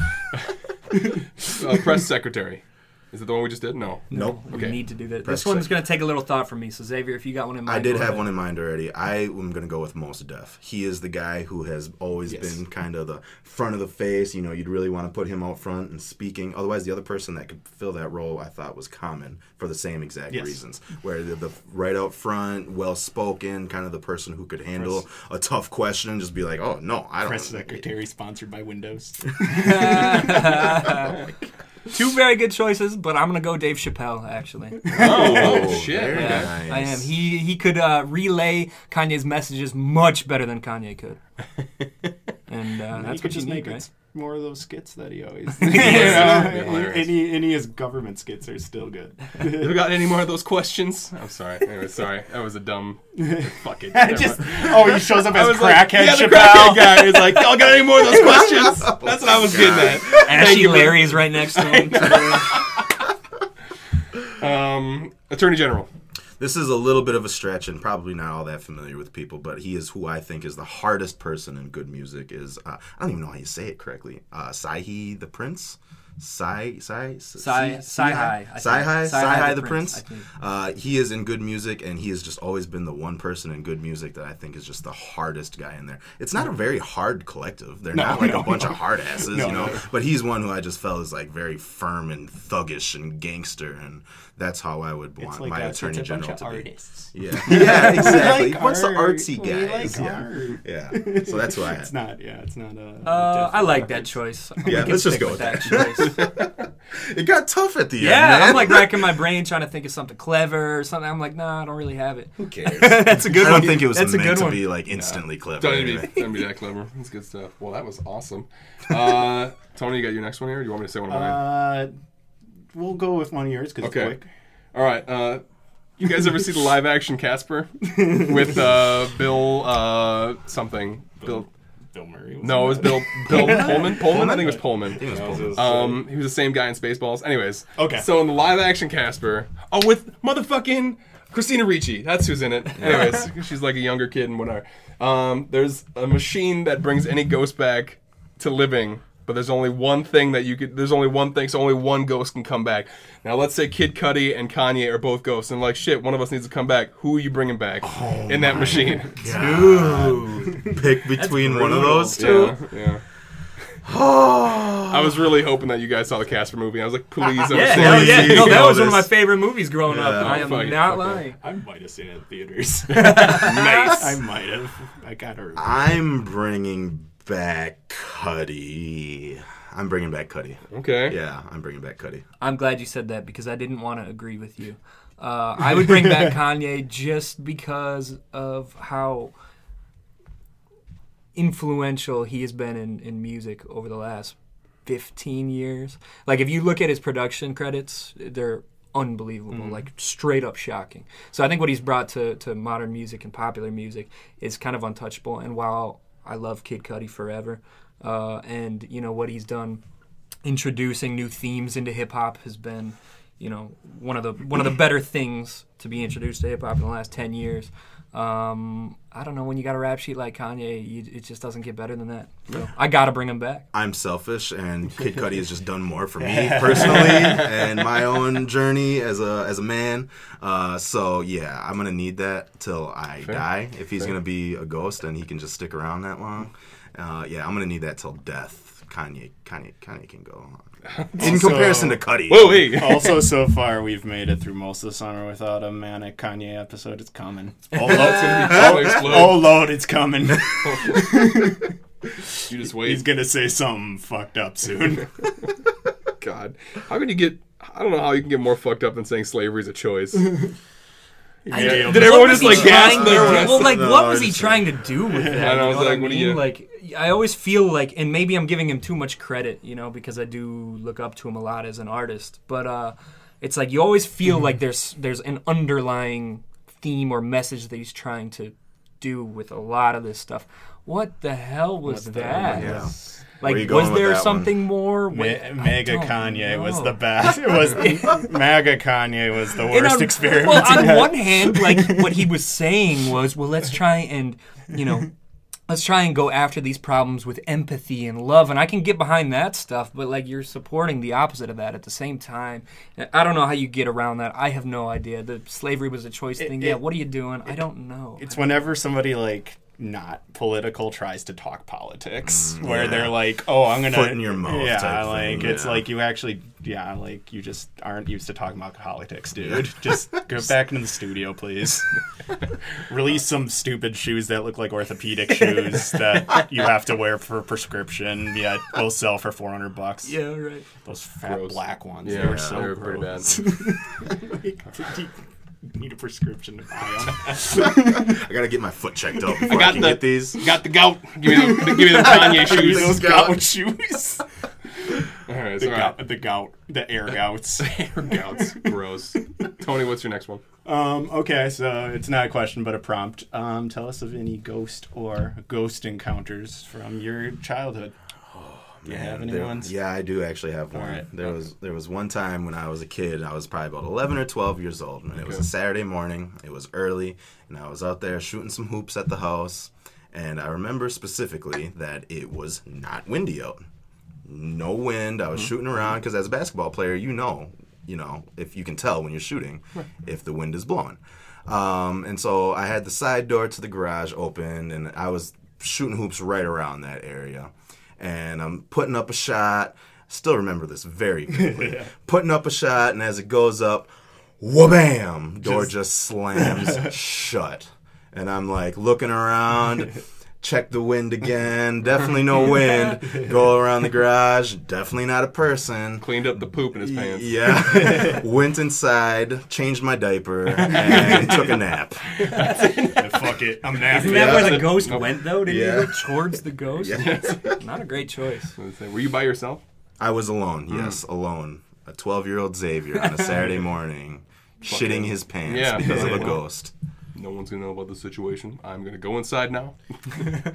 S1: uh, press secretary. Is it the one we just did? No.
S3: Nope.
S1: Okay.
S4: We need to do that.
S3: Press
S4: This one's
S3: check.
S4: going to take a little thought from me. So Xavier, if you got one in mind,
S3: I did
S4: go
S3: have
S4: ahead.
S3: one in mind already. I am going to go with Most Def. He is the guy who has always been kind of the front of the face. You know, you'd really want to put him out front and speaking. Otherwise, the other person that could fill that role, I thought, was Common for the same exact
S2: Yes.
S3: reasons. Where the, the right out front, well spoken, kind of the person who could handle a tough question and just be like, "Oh no, I don't."
S2: Press secretary sponsored by Windows.
S4: Two very good choices, but I'm going to go Dave Chappelle actually.
S1: Oh, shit.
S3: very
S1: Okay.
S3: nice.
S4: I am. He he could uh, relay Kanye's messages much better than Kanye could. And uh,
S2: And
S4: that's
S2: he
S4: what
S2: could
S4: you
S2: just
S4: need,
S2: make
S4: right?
S2: it more of those skits that he always.
S1: Yeah.
S2: You know, any any his government skits are still good.
S1: Have we got any more of those questions? I'm sorry. Anyway, sorry. That was a dumb. Fuck it. I
S2: just oh, he shows up
S1: I
S2: as
S1: was like,
S2: crackhead
S1: yeah, the crackhead
S2: Chappelle. Oh,
S1: guy is like, y'all got any more of those questions? That's what I was getting at. Thank
S4: Ashy
S1: you, man.
S4: Larry is right next to him.
S1: Um, Attorney General.
S3: This is a little bit of a stretch and probably not all that familiar with people, but he is who I think is the hardest person in good music. Is uh, I don't even know how you say it correctly. Uh, Sahi the Prince. Sai Sai
S4: Sai- Sai-hi, I think.
S3: Sai Hi Sai Hi the
S4: I
S3: Prince.
S4: think.
S3: Uh, he is in good music, and he has just always been the one person in good music that I think is just the hardest guy in there. It's not a very hard collective; they're not like a bunch of hard asses, you know. But he's one who I just felt is like very firm and thuggish and gangster, and that's how I would want
S2: It's like
S3: my
S2: a,
S3: attorney
S2: it's a bunch
S3: general
S2: of
S3: to be.
S2: artists.
S3: Yeah, yeah, exactly.
S2: like
S3: What's the
S2: art.
S3: artsy
S2: We
S3: guys?
S2: like
S3: yeah.
S2: art.
S3: yeah, so that's why. I,
S2: It's not. Yeah, it's not a.
S4: Uh, I like that choice. I'm
S3: Yeah,
S4: gonna
S3: let's just
S4: stick
S3: go with
S4: that choice.
S3: it got tough at the end.
S4: Yeah,
S3: man.
S4: I'm like racking my brain trying to think of something clever or something. I'm like, nah, I don't really have it.
S3: who cares?
S4: That's a good
S3: I
S4: one.
S3: don't think it was
S4: That's a
S3: meant
S4: good
S3: to
S4: one.
S3: be like instantly clever.
S1: Don't need, to
S3: anyway.
S1: be, don't need to be that clever. That's good stuff. Well, that was awesome. Uh, Tony, you got your next one here? Or do you want me to say one of mine?
S2: Uh, we'll go with one of yours because
S1: Okay.
S2: it's quick.
S1: All right. Uh, you guys ever see the live action Casper with uh, Bill uh, something? Bill.
S2: Bill Murray. Was
S1: No, it was Bill. Bill Pullman. Pullman. I think it was
S3: It
S1: Pullman.
S3: was bullshit.
S1: Um, he was the same guy in Spaceballs. Anyways.
S2: Okay.
S1: So in the live action Casper, oh, with motherfucking Christina Ricci. That's who's in it. Anyways, she's like a younger kid and whatever. Um, there's a machine that brings any ghost back to living. But there's only one thing that you could. There's only one thing, so only one ghost can come back. Now, let's say Kid Cudi and Kanye are both ghosts, and like shit, one of us needs to come back. Who are you bringing back in that machine?
S3: Pick between one of those two.
S1: Yeah, Oh. yeah. I was really hoping that you guys saw the Casper movie. I was like, please, I'm
S4: Yeah,
S1: serious.
S4: hell yeah.
S3: You
S4: No, that
S3: know
S4: was one of my
S3: this.
S4: favorite movies growing up.
S3: Yeah.
S4: I am
S1: Fuck it,
S4: not
S1: fuck it.
S4: lying.
S2: I might have seen it in theaters. I
S1: nice.
S2: might have. I got her.
S3: I'm bringing back Cuddy. I'm bringing back Cuddy.
S1: Okay.
S3: Yeah, I'm bringing back Cuddy.
S4: I'm glad you said that because I didn't want to agree with you. Uh, I would bring back Kanye just because of how influential he has been in, in music over the last 15 years. Like, if you look at his production credits, they're unbelievable, like straight up shocking. So I think what he's brought to, to modern music and popular music is kind of untouchable. And while I love Kid Cudi forever, uh, and you know what he's done, introducing new themes into hip hop has been, you know, one of the one of the better things to be introduced to hip hop in the last ten years. Um, I don't know when you got a rap sheet like Kanye, you, it just doesn't get better than that. So I gotta bring him back.
S3: I'm selfish, and Kid Cudi has just done more for me personally and my own journey as a as a man. Uh, so yeah, I'm gonna need that till I die. If he's gonna be a ghost and he can just stick around that long, uh, yeah, I'm gonna need that till death. Kanye, Kanye, Kanye can go on. In comparison to Cudi,
S1: Whoa, Oh, hey.
S2: also, so far we've made it through most of the summer without a manic Kanye episode. It's coming. Oh, load,
S1: Oh, explode.
S2: oh, load it's coming.
S1: You just
S2: He's
S1: wait.
S2: gonna say something fucked up soon.
S1: God, how can you get? I don't know how you can get more fucked up than saying slavery is a choice.
S2: Yeah.
S1: Did everyone just like gasp
S4: trying to
S1: there?
S4: do-
S1: when I
S4: Well, like,
S3: No,
S4: what
S3: I
S4: was he
S3: understand.
S4: trying to do with that?
S1: I know, I was
S4: what
S1: like, what do
S4: mean?
S1: you-
S4: Like, I always feel like, and maybe I'm giving him too much credit, you know, because I do look up to him a lot as an artist. But uh, it's like you always feel like there's there's an underlying theme or message that he's trying to do with a lot of this stuff. What the hell was that?
S3: yeah. Where you
S4: Like,
S3: going
S4: was
S3: with
S4: there
S3: that
S4: something more?
S2: Ma-
S4: Wait, I
S2: Mega
S4: don't
S2: Kanye was
S4: know.
S2: the best. It was Mega Kanye was the
S4: And
S2: worst
S4: on-
S2: experiment.
S4: Well, on one hand, like what he was saying was, well, let's try and you know, let's try and go after these problems with empathy and love, and I can get behind that stuff. But like you're supporting the opposite of that at the same time. And I don't know how you get around that. I have no idea. The slavery was a choice thing. yeah,
S2: it-
S4: what are you doing? I don't know.
S2: It's whenever somebody like not political tries to talk politics, where they're like, "Oh, I'm gonna
S3: Mm, Foot in your mouth
S2: Yeah,
S3: type
S2: like
S3: thing,
S2: it's
S3: yeah.
S2: like you actually, yeah, like you just aren't used to talking about politics, dude. Just go back into the studio, please. Release some stupid shoes that look like orthopedic shoes that you have to wear for prescription. Yet will sell for 400 bucks.
S4: yeah, right.
S2: those fat
S1: Gross.
S2: black ones.
S1: Yeah,
S2: they were
S1: they
S2: so
S1: were pretty
S2: gross. pretty bad. Need a prescription to buy them.
S3: I gotta get my foot checked out before I,
S1: got
S3: can
S1: the-
S3: get these.
S1: Got the gout. Give me the, give me the Kanye shoes.
S3: Those
S2: gout shoes.
S1: All right, it's all
S2: The,
S1: right.
S2: gout, the gout, the air gouts.
S1: Gouts, gross. Tony, what's your next one?
S2: um, okay, so it's not a question but a prompt. Um, tell us of any ghost or ghost encounters from your childhood. Do you have
S3: Man,
S2: any
S3: there-
S2: ones?
S3: Yeah, I do actually have one.
S2: right.
S3: There was there was one time when I was a kid. I was probably about eleven or twelve years old, and it was a Saturday morning. It was early, and I was out there shooting some hoops at the house. And I remember specifically that it was not windy out. No wind. I was shooting around because as a basketball player, you know, you know, if you can tell when you're shooting, if the wind is blowing. Um, and so I had the side door to the garage open, and I was shooting hoops right around that area and I'm putting up a shot. Still remember this very vividly. Putting up a shot, and as it goes up, wha-bam! Door just, slams shut, and I'm like looking around. Check the wind again. Definitely no wind. Go around the garage. Definitely not a person.
S1: Cleaned up the poop in his pants.
S3: Yeah. Went inside, changed my diaper, and took a nap.
S2: Fuck it, I'm napping.
S4: Isn't that where the
S1: Nope.
S4: ghost went though? Did
S3: Yeah.
S4: he go towards the ghost? Not a great choice.
S1: Let's say, Were you by yourself?
S3: I was alone.
S1: Hmm.
S3: Yes, alone. A 12 year old Xavier on a Saturday morning, shitting his pants
S1: Yeah,
S3: because of a
S1: well.
S3: ghost.
S1: No one's gonna know about the situation. I'm gonna go inside now.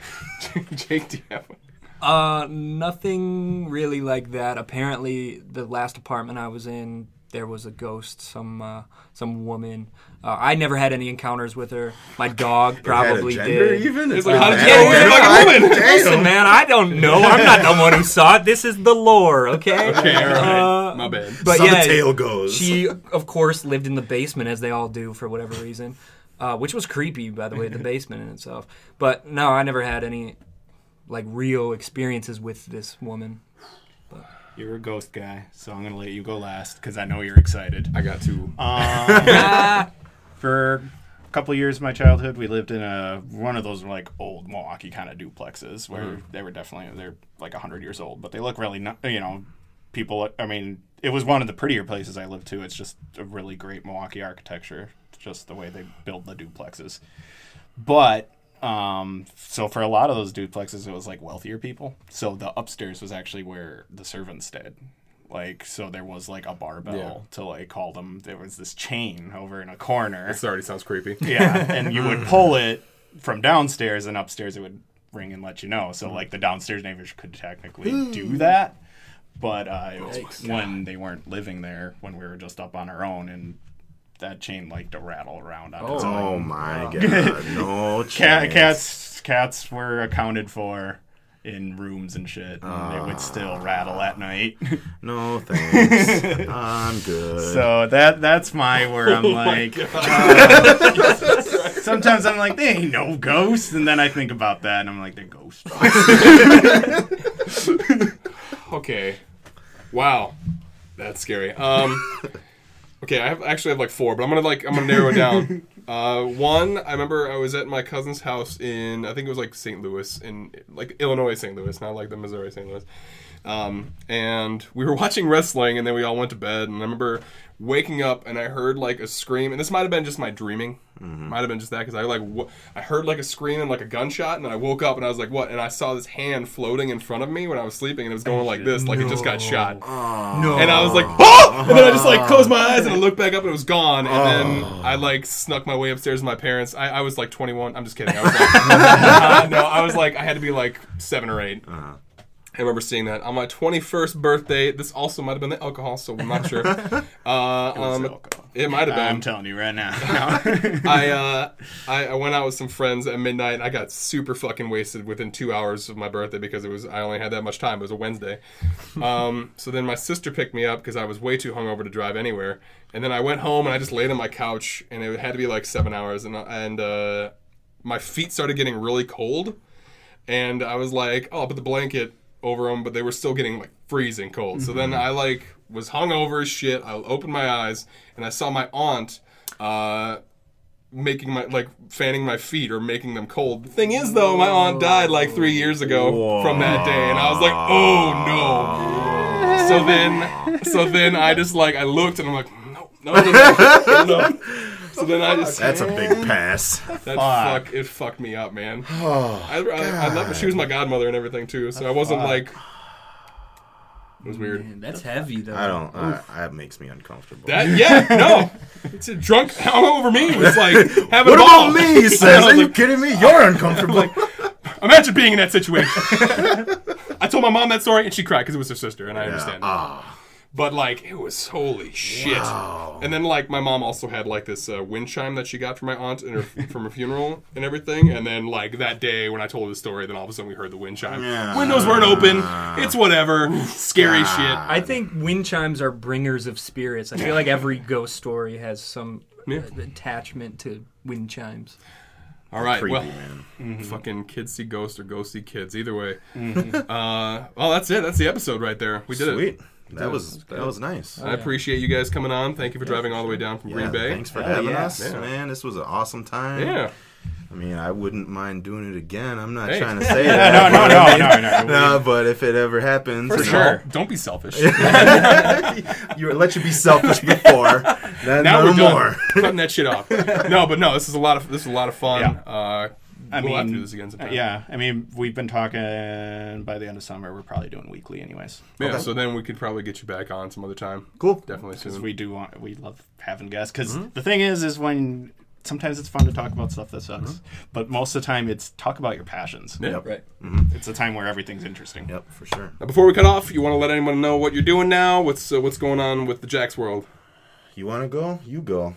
S1: Jake, do you have one?
S4: Uh, nothing really like that. Apparently, the last apartment I was in, there was a ghost. Some uh, some woman. Uh, I never had any encounters with her. My dog probably
S3: had a gender
S4: did.
S3: Even it's
S1: like, how did
S3: not
S1: you
S3: bad.
S1: know it was
S3: Yeah,
S1: like a
S3: I-
S1: woman?
S3: damn.
S4: Listen, man, I don't know. I'm not the one who saw it. This is the lore, okay?
S1: Okay, all right.
S4: Uh,
S1: My bad.
S4: But
S3: So
S4: yeah,
S3: the tail goes.
S4: she of course lived in the basement as they all do for whatever reason, uh, which was creepy by the way. The basement in itself, but no, I never had any like real experiences with this woman.
S2: You're a ghost guy, so I'm gonna let you go last because I know you're excited.
S1: I got two.
S2: for a couple years of my childhood we lived in a one of those like old milwaukee kind of duplexes where they were definitely they're like 100 years old but they look really no- you know people i mean it was one of the prettier places i lived to it's just a really great milwaukee architecture just the way they build the duplexes but um, so for a lot of those duplexes, it was like wealthier people. So the upstairs was actually where the servants stayed. Like so, there was like a barbell
S1: Yeah.
S2: to like call them. There was this chain over in a corner.
S1: This already sounds creepy.
S2: Yeah, and you would pull it from downstairs, and upstairs it would ring and let you know. So like the downstairs neighbors could technically do that, but uh, it was when they weren't living there, when we were just up on our own, and that chain liked to rattle around on its own.
S3: Oh my god, no
S2: Cat,
S3: chance.
S2: cats, cats were accounted for in rooms and shit, and they would still rattle at night.
S3: No thanks. I'm good.
S2: so that that's my where I'm
S4: Oh
S2: like. uh, sometimes I'm like, they ain't no ghosts, and then I think about that, and I'm like, they're ghosts.
S1: Okay. Wow. That's scary. Um Okay, I have actually have like four, but I'm gonna like I'm gonna narrow it down. Uh, one, I remember I was at my cousin's house in I think it was like St. Louis in like Illinois St. Louis, not like the Missouri St. Louis. Um, and we were watching wrestling, and then we all went to bed. And I remember waking up, and I heard like a scream. And this might have been just my dreaming, might have been just that because I like w- I heard like a scream and like a gunshot, and then I woke up and I was like, what? And I saw this hand floating in front of me when I was sleeping, and it was going like this, like it just got shot. And I was like, oh! And then I just like closed my eyes and I looked back up and it was gone. And then I like snuck my way upstairs to my parents. I, I was like 21. I'm just kidding. I was like, Uh, no, I was like, I had to be like seven or 8 I remember seeing that on my 21st birthday. This also might have been the alcohol, so I'm not sure. Uh, um,
S2: alcohol. Um,
S1: it might have been.
S2: I'm telling you right now.
S1: I, uh, I I went out with some friends at midnight. And I got super fucking wasted within two hours of my birthday because it was I only had that much time. It was a Wednesday. Um, so then my sister picked me up because I was way too hungover to drive anywhere. And then I went home and I just laid on my couch and it had to be like seven hours and and uh, my feet started getting really cold and I was like, oh, I'll put the blanket over them, but they were still getting like freezing cold. So then I like was hungover as shit. I opened my eyes and I saw my aunt uh, making my like fanning my feet or making them cold. The thing is though, my aunt died like three years ago from that day, and I was like, oh no. So then, so then I just like I looked and I'm like, no, no, no, no. no. So then I just
S3: That's a big pass.
S1: that fuck. it fucked me up, man.
S3: Oh,
S1: I, I, I love, she was my godmother and everything too, so I wasn't like. It was weird.
S4: Man, that's heavy though.
S3: I don't. I, that makes me uncomfortable.
S1: That yeah no, it's a drunk hungover me was like having
S3: what
S1: a ball.
S3: about me? He says,
S1: was
S3: "Are you
S1: like-
S3: kidding me? You're uncomfortable."
S1: Imagine being in that situation. I told my mom that story and she cried because it was her sister, and I understand.
S3: Ah,
S1: But like, it was holy shit. And then like, my mom also had like this uh, wind chime that she got from my aunt and her, from her funeral and everything. And then like that day when I told the story, then all of a sudden we heard the wind chime.
S3: Yeah.
S1: Windows weren't open. It's whatever. Scary shit.
S4: I think wind chimes are bringers of spirits. I feel like every ghost story has some uh, attachment to wind chimes.
S1: All right.
S3: creepy
S1: well,
S3: man.
S1: fucking kids see ghosts or ghosts see kids. Either way. Uh, well, that's it. That's the episode right there. We did it.
S3: Mm-hmm. Sweet. That was that was nice.
S1: I appreciate you guys coming on. Thank you for driving all the way down from
S3: Yeah,
S1: Green Bay.
S3: thanks for
S2: Hell
S3: having
S2: yeah.
S3: us, man. This was an awesome time.
S1: Yeah.
S3: I mean, I wouldn't mind doing it again. I'm not
S1: Hey.
S3: trying to say that.
S2: no, no, no, no, no.
S3: Nah, but if it ever happens, you know,
S1: Don't- Don't be selfish.
S3: you let you be selfish before. Then
S1: now
S3: no
S1: we're done.
S3: more.
S1: Cutting that shit off. No, but no, this is a lot of this is a lot of fun.
S2: Yeah.
S1: Uh,
S2: I
S1: we'll have to
S2: mean,
S1: do this again sometime.
S2: uh, Yeah, I mean, we've been talking. By the end of summer, we're probably doing weekly, anyways.
S1: Yeah, So then we could probably get you back on some other time.
S3: Cool.
S1: Definitely soon. Mm-hmm.
S2: We do want. We love having guests because the thing is, is when sometimes it's fun to talk about stuff that sucks, but most of the time it's talk about your passions.
S1: Mm-hmm. Yeah.
S4: Right.
S2: It's a time where everything's interesting.
S3: Yep, for sure.
S1: Now, before we cut off, you want to let anyone know what you're doing now? What's uh, what's going on with the Jack's world?
S3: You want to go? You go.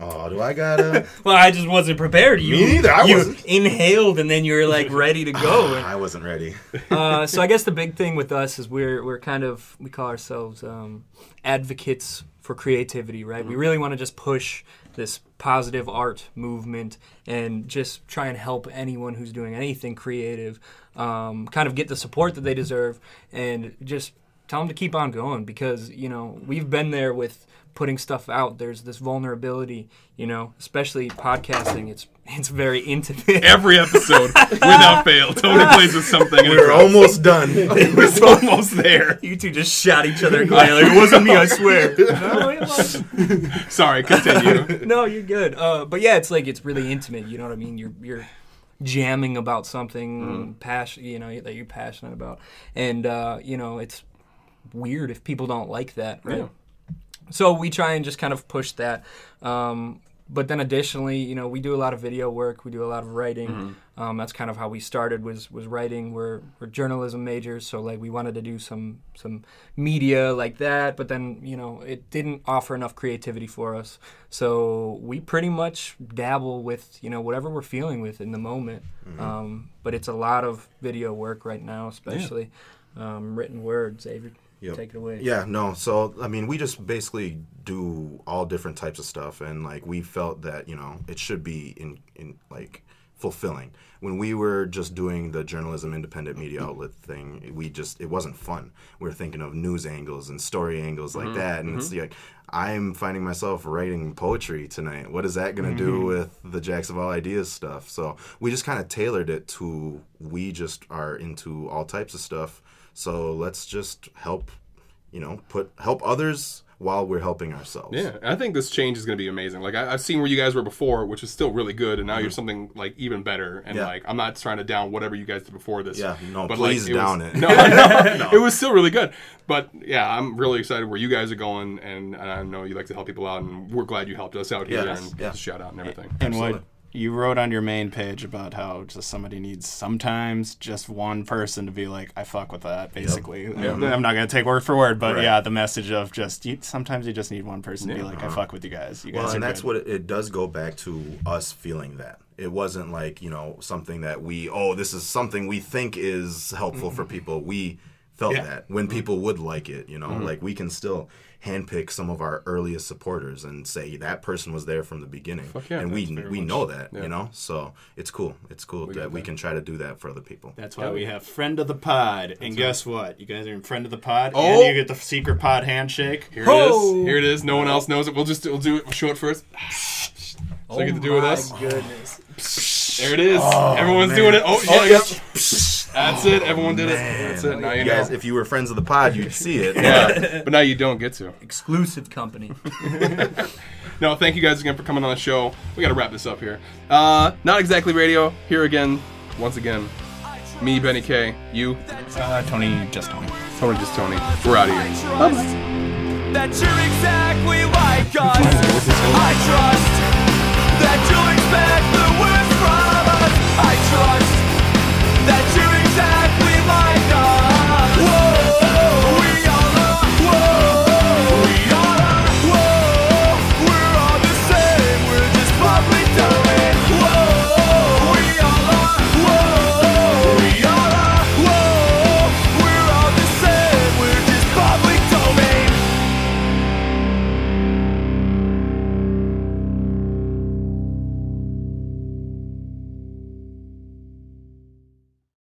S3: Oh, do I gotta?
S4: Well, I just wasn't prepared. You,
S3: Me neither, I
S4: you
S3: wasn't.
S4: inhaled and then you were like ready to go.
S3: I wasn't ready.
S4: uh, so I guess the big thing with us is we're we're kind of we call ourselves um, advocates for creativity, right? We really want to just push this positive art movement and just try and help anyone who's doing anything creative, um, kind of get the support that they deserve, and just tell them to keep on going because you know we've been there with putting stuff out. There's this vulnerability, you know, especially podcasting. It's it's very intimate.
S1: Every episode, without fail, Tony plays with something. And
S3: We're almost done.
S1: it's almost there.
S4: You two just shot each other. Like, it wasn't me, I swear. no, it wasn't.
S1: Sorry, continue.
S4: No, you're good. Uh, but yeah, it's like it's really intimate. You know what I mean? You're you're jamming about something passion, you know, that you're passionate about, and uh, you know, it's weird if people don't like that, right? So we try and just kind of push that. Um, but then additionally, you know, we do a lot of video work. We do a lot of writing.
S1: Mm-hmm.
S4: Um, that's kind of how we started was was writing. We're we're journalism majors, so like we wanted to do some some media like that. But then you know it didn't offer enough creativity for us. So we pretty much dabble with you know whatever we're feeling with in the moment.
S1: Mm-hmm.
S4: Um, but it's a lot of video work right now, especially um, written words. Xavier,
S3: Yep.
S4: take it away.
S3: Yeah, no. So I mean, we just basically do all different types of stuff, and like we felt that you know it should be in in like fulfilling. When we were just doing the journalism independent media outlet thing, we just it wasn't fun. We were thinking of news angles and story angles like that, and it's like I'm finding myself writing poetry tonight. What is that going to do with the Jacks of All Ideas stuff? So we just kind of tailored it to we just are into all types of stuff. So let's just help you know, put help others while we're helping ourselves.
S1: Yeah, I think this change is going to be amazing. Like I, I've seen where you guys were before, which is still really good, and now you're something like even better. And
S3: Mm-hmm. Yeah.
S1: like I'm not trying to down whatever you guys did before this.
S3: Yeah, no,
S1: but
S3: please
S1: was-
S3: down it.
S1: No, no, it was still really good. But yeah, I'm really excited where you guys are going, and, and I know you like to help people out, and we're glad you helped us out here
S3: Yes,
S1: and
S3: yeah.
S1: shout out and everything.
S2: And what you wrote on your main page about how just somebody needs sometimes just one person to be like, I fuck with that, basically. I'm not going to take word for word, but
S3: Right.
S2: yeah, the message of just you, sometimes you just need one person to be like, I fuck with you guys. You guys
S3: Well,
S2: are
S3: and that's
S2: good."
S3: what it, it does go back to us feeling that. It wasn't like, you know, something that we, oh, this is something we think is helpful
S1: Mm-hmm.
S3: for people. We felt that when people would like it, you know,
S1: Mm-hmm.
S3: like we can still handpick some of our earliest supporters and say that person was there from the beginning.
S1: yeah,
S3: and we
S1: that's very
S3: we
S1: much-
S3: know that,
S1: yeah.
S3: you know? So it's cool. It's cool that, we can try to do that for other people.
S2: That's why we have friend of the pod, and guess what? You guys are in friend of the pod,
S1: Oh!
S2: and you get the secret pod handshake.
S1: Here it is. Here it is. No one else knows it. We'll just we'll do it. We'll show it first. So you get to do it
S3: Oh
S1: with us.
S4: goodness.
S1: There it is. Everyone's doing it. Oh, yeah, yep. That's it. Everyone did it. That's it. Now you
S3: You guys,
S1: know.
S3: if you were friends of the pod, you'd see it.
S1: Yeah, but now you don't get to.
S4: Exclusive company.
S1: No, thank you guys again for coming on the show. We got to wrap this up here. Uh, not exactly radio. Here again, once again. Me, Benny K. You,
S2: Uh, Tony, just Tony.
S1: Tony, just Tony. We're out of here.
S9: That you're exactly like us. I trust that you'll expect the